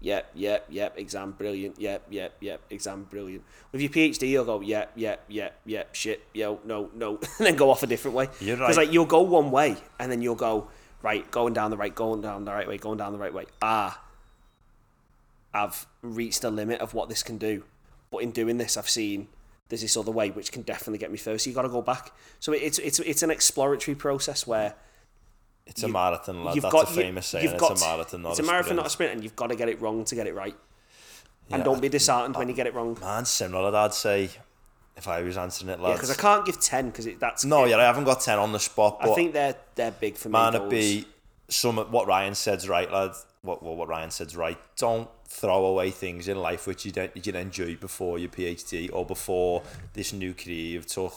[SPEAKER 1] yep, yep, yep, exam brilliant, yep, yep, yep, exam brilliant. With your PhD, you'll go, yep, yep, yep, yep, shit, yo, no, no, and then go off a different way.
[SPEAKER 2] You're
[SPEAKER 1] Because
[SPEAKER 2] right.
[SPEAKER 1] like you'll go one way, and then you'll go right, going down the right, going down the right way, going down the right way. Ah, I've reached the limit of what this can do. But in doing this, I've seen there's this other way which can definitely get me further. So you got to go back. So it's it's it's an exploratory process where
[SPEAKER 2] It's a marathon, lad.
[SPEAKER 1] you've
[SPEAKER 2] Uh, That's
[SPEAKER 1] got
[SPEAKER 2] a
[SPEAKER 1] you-
[SPEAKER 2] famous saying.
[SPEAKER 1] you've
[SPEAKER 2] It's
[SPEAKER 1] got
[SPEAKER 2] a marathon, not
[SPEAKER 1] it's
[SPEAKER 2] a
[SPEAKER 1] a marathon,
[SPEAKER 2] sprint.
[SPEAKER 1] not a sprint, and you've got to get it wrong to get it right. and
[SPEAKER 2] Yeah,
[SPEAKER 1] don't be disheartened when you get it wrong.
[SPEAKER 2] Man, similar. to that, I'd say if I was answering it, lads.
[SPEAKER 1] Because I can't give ten because that's
[SPEAKER 2] no, yeah, I haven't got ten on the spot,
[SPEAKER 1] I
[SPEAKER 2] but
[SPEAKER 1] think they're they're big for
[SPEAKER 2] man,
[SPEAKER 1] me.
[SPEAKER 2] it'd
[SPEAKER 1] goals.
[SPEAKER 2] be some of what Ryan said's right, lad. What what, what Ryan said's right. Don't throw away things in life which you don't you didn't enjoy before your PhD or before this new career you've took.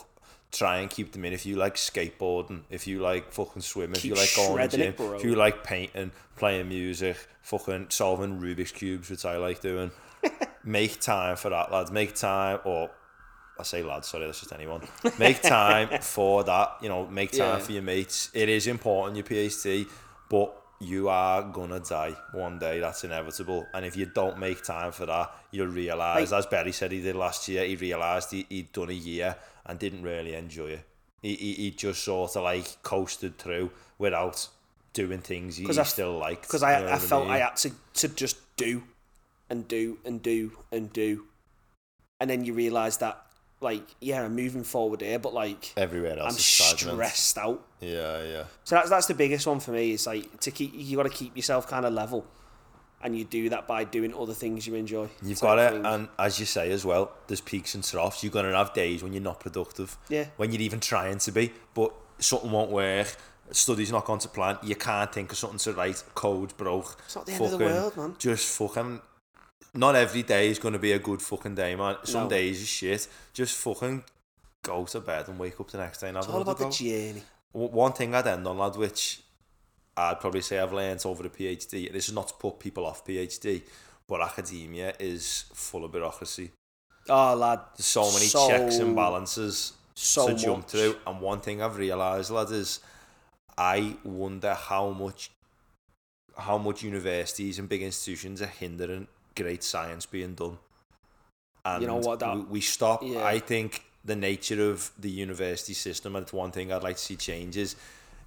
[SPEAKER 2] Try and keep them in. If you like skateboarding, if you like fucking swimming, if
[SPEAKER 1] Keep
[SPEAKER 2] you like going to the
[SPEAKER 1] shredding
[SPEAKER 2] gym,
[SPEAKER 1] it, bro.
[SPEAKER 2] if you like painting, playing music, fucking solving Rubik's cubes, which I like doing. Make time for that, lads. Make time or I say lads, sorry, that's just anyone. Make time for that, you know, make
[SPEAKER 1] Yeah.
[SPEAKER 2] time for your mates. It is important, your PhD, but you are gonna die one day, that's inevitable. And if you don't make time for that, you'll realise, as Barry said he did last year, he realised he, he'd done a year and didn't really enjoy it. He, he, he just sort of like coasted through without doing things he
[SPEAKER 1] 'Cause I-
[SPEAKER 2] still liked.
[SPEAKER 1] because
[SPEAKER 2] you know
[SPEAKER 1] I, I
[SPEAKER 2] what
[SPEAKER 1] felt
[SPEAKER 2] mean?
[SPEAKER 1] I had to, to just do and do and do and do. And then you realise that, like, yeah, I'm moving forward here, but like,
[SPEAKER 2] everywhere else
[SPEAKER 1] I'm
[SPEAKER 2] is stagnant.
[SPEAKER 1] stressed out.
[SPEAKER 2] Yeah, yeah.
[SPEAKER 1] So that's that's the biggest one for me. Is like to keep you got to keep yourself kind of level, and you do that by doing other things you enjoy.
[SPEAKER 2] You've
[SPEAKER 1] type
[SPEAKER 2] got it,
[SPEAKER 1] thing.
[SPEAKER 2] and as you say as well, there's peaks and troughs. You're gonna have days when you're not productive.
[SPEAKER 1] Yeah.
[SPEAKER 2] When you're even trying to be, but something won't work. Studies not gone to plan. You can't think of something to write. Code broke. It's
[SPEAKER 1] not the end of the world, man.
[SPEAKER 2] Just fucking. Not every day is gonna be a good fucking day, man. Some
[SPEAKER 1] No.
[SPEAKER 2] days is shit. Just fucking go to bed and wake up the next day and have
[SPEAKER 1] It's all
[SPEAKER 2] another
[SPEAKER 1] about the
[SPEAKER 2] go.
[SPEAKER 1] journey.
[SPEAKER 2] W- one thing I'd end on, lad, which I'd probably say I've learnt over the PhD, this is not to put people off PhD, but academia is full of bureaucracy.
[SPEAKER 1] Oh, lad,
[SPEAKER 2] There's so many
[SPEAKER 1] So-
[SPEAKER 2] checks and balances
[SPEAKER 1] so
[SPEAKER 2] to jump
[SPEAKER 1] much.
[SPEAKER 2] through. And one thing I've realised, lad, is I wonder how much how much universities and big institutions are hindering great science being done. And
[SPEAKER 1] You know what, that-
[SPEAKER 2] we, we stop.
[SPEAKER 1] Yeah.
[SPEAKER 2] I think the nature of the university system, and it's one thing I'd like to see change is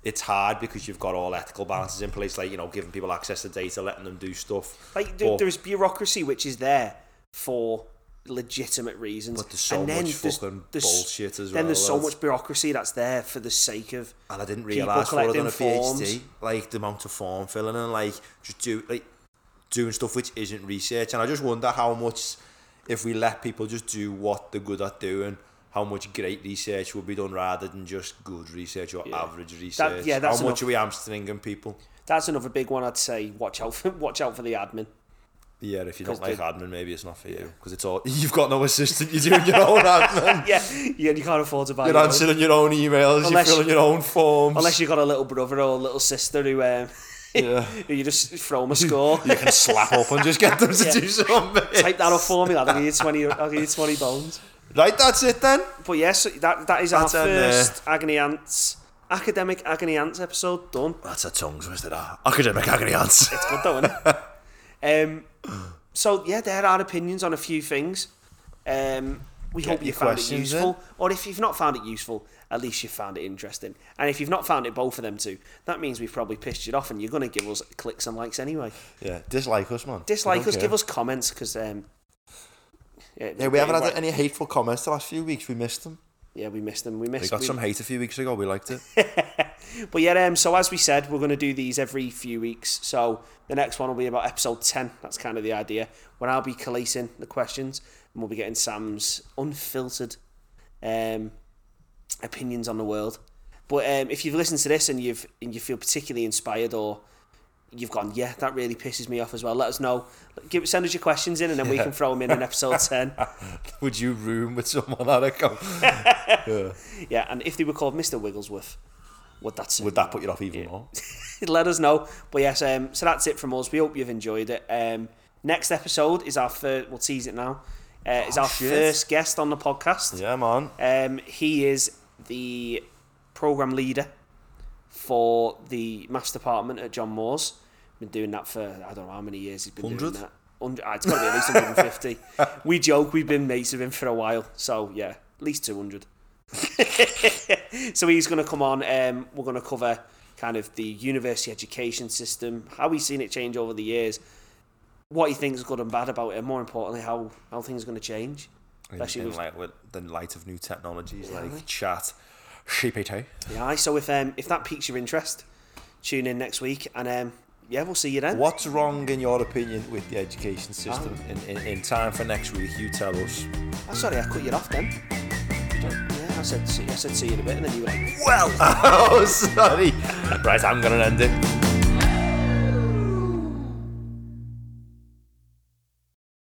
[SPEAKER 2] it's hard because you've got all ethical balances in place, like you know, giving people access to data, letting them do stuff.
[SPEAKER 1] Like there,
[SPEAKER 2] But-
[SPEAKER 1] there is bureaucracy which is there for legitimate reasons.
[SPEAKER 2] But there's so
[SPEAKER 1] and then
[SPEAKER 2] much
[SPEAKER 1] there's,
[SPEAKER 2] fucking
[SPEAKER 1] there's,
[SPEAKER 2] bullshit as
[SPEAKER 1] Then there's
[SPEAKER 2] well,
[SPEAKER 1] so
[SPEAKER 2] lads.
[SPEAKER 1] much bureaucracy that's there for the sake of.
[SPEAKER 2] and I didn't
[SPEAKER 1] people
[SPEAKER 2] realize for it
[SPEAKER 1] collecting
[SPEAKER 2] on a
[SPEAKER 1] forms.
[SPEAKER 2] PhD, like the amount of form filling and like just do like doing stuff which isn't research. And I just wonder how much if we let people just do what they're good at doing, how much great research will be done rather than just good research or average research.
[SPEAKER 1] yeah, that's
[SPEAKER 2] how much
[SPEAKER 1] enough.
[SPEAKER 2] are we hamstringing people?
[SPEAKER 1] That's another big one. I'd say watch out for watch out for the admin.
[SPEAKER 2] Yeah, if you don't
[SPEAKER 1] 'Cause
[SPEAKER 2] like
[SPEAKER 1] the-
[SPEAKER 2] admin, maybe it's not for you because it's all
[SPEAKER 3] You've got no assistant. You're doing your own admin.
[SPEAKER 1] Yeah, yeah, you can't afford to buy.
[SPEAKER 3] You're
[SPEAKER 1] your own.
[SPEAKER 3] answering your own emails.
[SPEAKER 1] Unless-
[SPEAKER 3] you're filling your own forms.
[SPEAKER 1] Unless you've got a little brother or a little sister who, um,
[SPEAKER 3] Yeah.
[SPEAKER 1] who you just throw them a score.
[SPEAKER 3] you can slap up and just get them to
[SPEAKER 1] Yeah.
[SPEAKER 3] do something.
[SPEAKER 1] Type that up for me, lad. I'll give you 20, I'll give you 20 bones.
[SPEAKER 3] Right, that's it then.
[SPEAKER 1] But yes, that, that is
[SPEAKER 3] That's an,
[SPEAKER 1] our first
[SPEAKER 2] uh,
[SPEAKER 1] Agony Ants, academic Agony Ants episode done.
[SPEAKER 3] That's a tongue twister. that. Academic agony ants.
[SPEAKER 1] It's good though, isn't it? um, so, yeah, there are opinions on a few things. Um, we hope you
[SPEAKER 3] your
[SPEAKER 1] found it
[SPEAKER 3] questions
[SPEAKER 1] useful. Or if you've not found it useful, at least you found it interesting. And if you've not found it both of them too, that means we've probably pissed you off and you're going to give us clicks and likes anyway.
[SPEAKER 2] yeah. Dislike us, man.
[SPEAKER 1] dislike
[SPEAKER 3] don't
[SPEAKER 1] us,
[SPEAKER 3] care.
[SPEAKER 1] give us comments because um, yeah,
[SPEAKER 2] Yeah, we haven't
[SPEAKER 1] right-
[SPEAKER 2] had any hateful comments the last few weeks. We missed them.
[SPEAKER 1] Yeah, we missed them. We missed.
[SPEAKER 2] We got
[SPEAKER 1] we-
[SPEAKER 2] some hate a few weeks ago. We liked it.
[SPEAKER 1] But yeah, um, so as we said, we're going to do these every few weeks. So the next one will be about episode ten. That's kind of the idea. When I'll be collating the questions, and we'll be getting Sam's unfiltered um, opinions on the world. But um, if you've listened to this and you've and you feel particularly inspired or you've gone, yeah, that really pisses me off as well. Let us know. Give send us your questions in, and then we can throw them in in episode ten.
[SPEAKER 2] Would you room with someone at a com-
[SPEAKER 1] Yeah, and if they were called Mr. Wigglesworth, would that suit
[SPEAKER 2] Would that put you off even more?
[SPEAKER 1] you? Let us know. But yes, um, so that's it from us. We hope you've enjoyed it. Um, next episode is our first. We'll tease it now. Uh, is our
[SPEAKER 2] shit.
[SPEAKER 1] first guest on the podcast.
[SPEAKER 2] Yeah, man.
[SPEAKER 1] Um, he is the program leader for the maths department at John Moore's. Been doing that for I don't know how many years. He's been
[SPEAKER 2] 100?
[SPEAKER 1] doing that. 100, ah, it's got to be at least 150. we joke we've been mates with him for a while, so yeah, at least 200. so he's going to come on. Um, we're going to cover kind of the university education system, how he's seen it change over the years, what he thinks is good and bad about it, and more importantly, how how things are going to change.
[SPEAKER 2] In,
[SPEAKER 1] Especially
[SPEAKER 2] in
[SPEAKER 1] with-
[SPEAKER 2] light with the light of new technologies like chat, GPT.
[SPEAKER 1] Yeah, aye, so if um, if that piques your interest, tune in next week, and um, yeah, we'll see you then.
[SPEAKER 2] What's wrong, in your opinion, with the education system? In, in, in time for next week, you tell us.
[SPEAKER 1] Oh, sorry, I cut you off then. Yeah, I said, I said see you in a bit, and then you were like,
[SPEAKER 2] Well, oh, sorry. Right, I'm going to end it.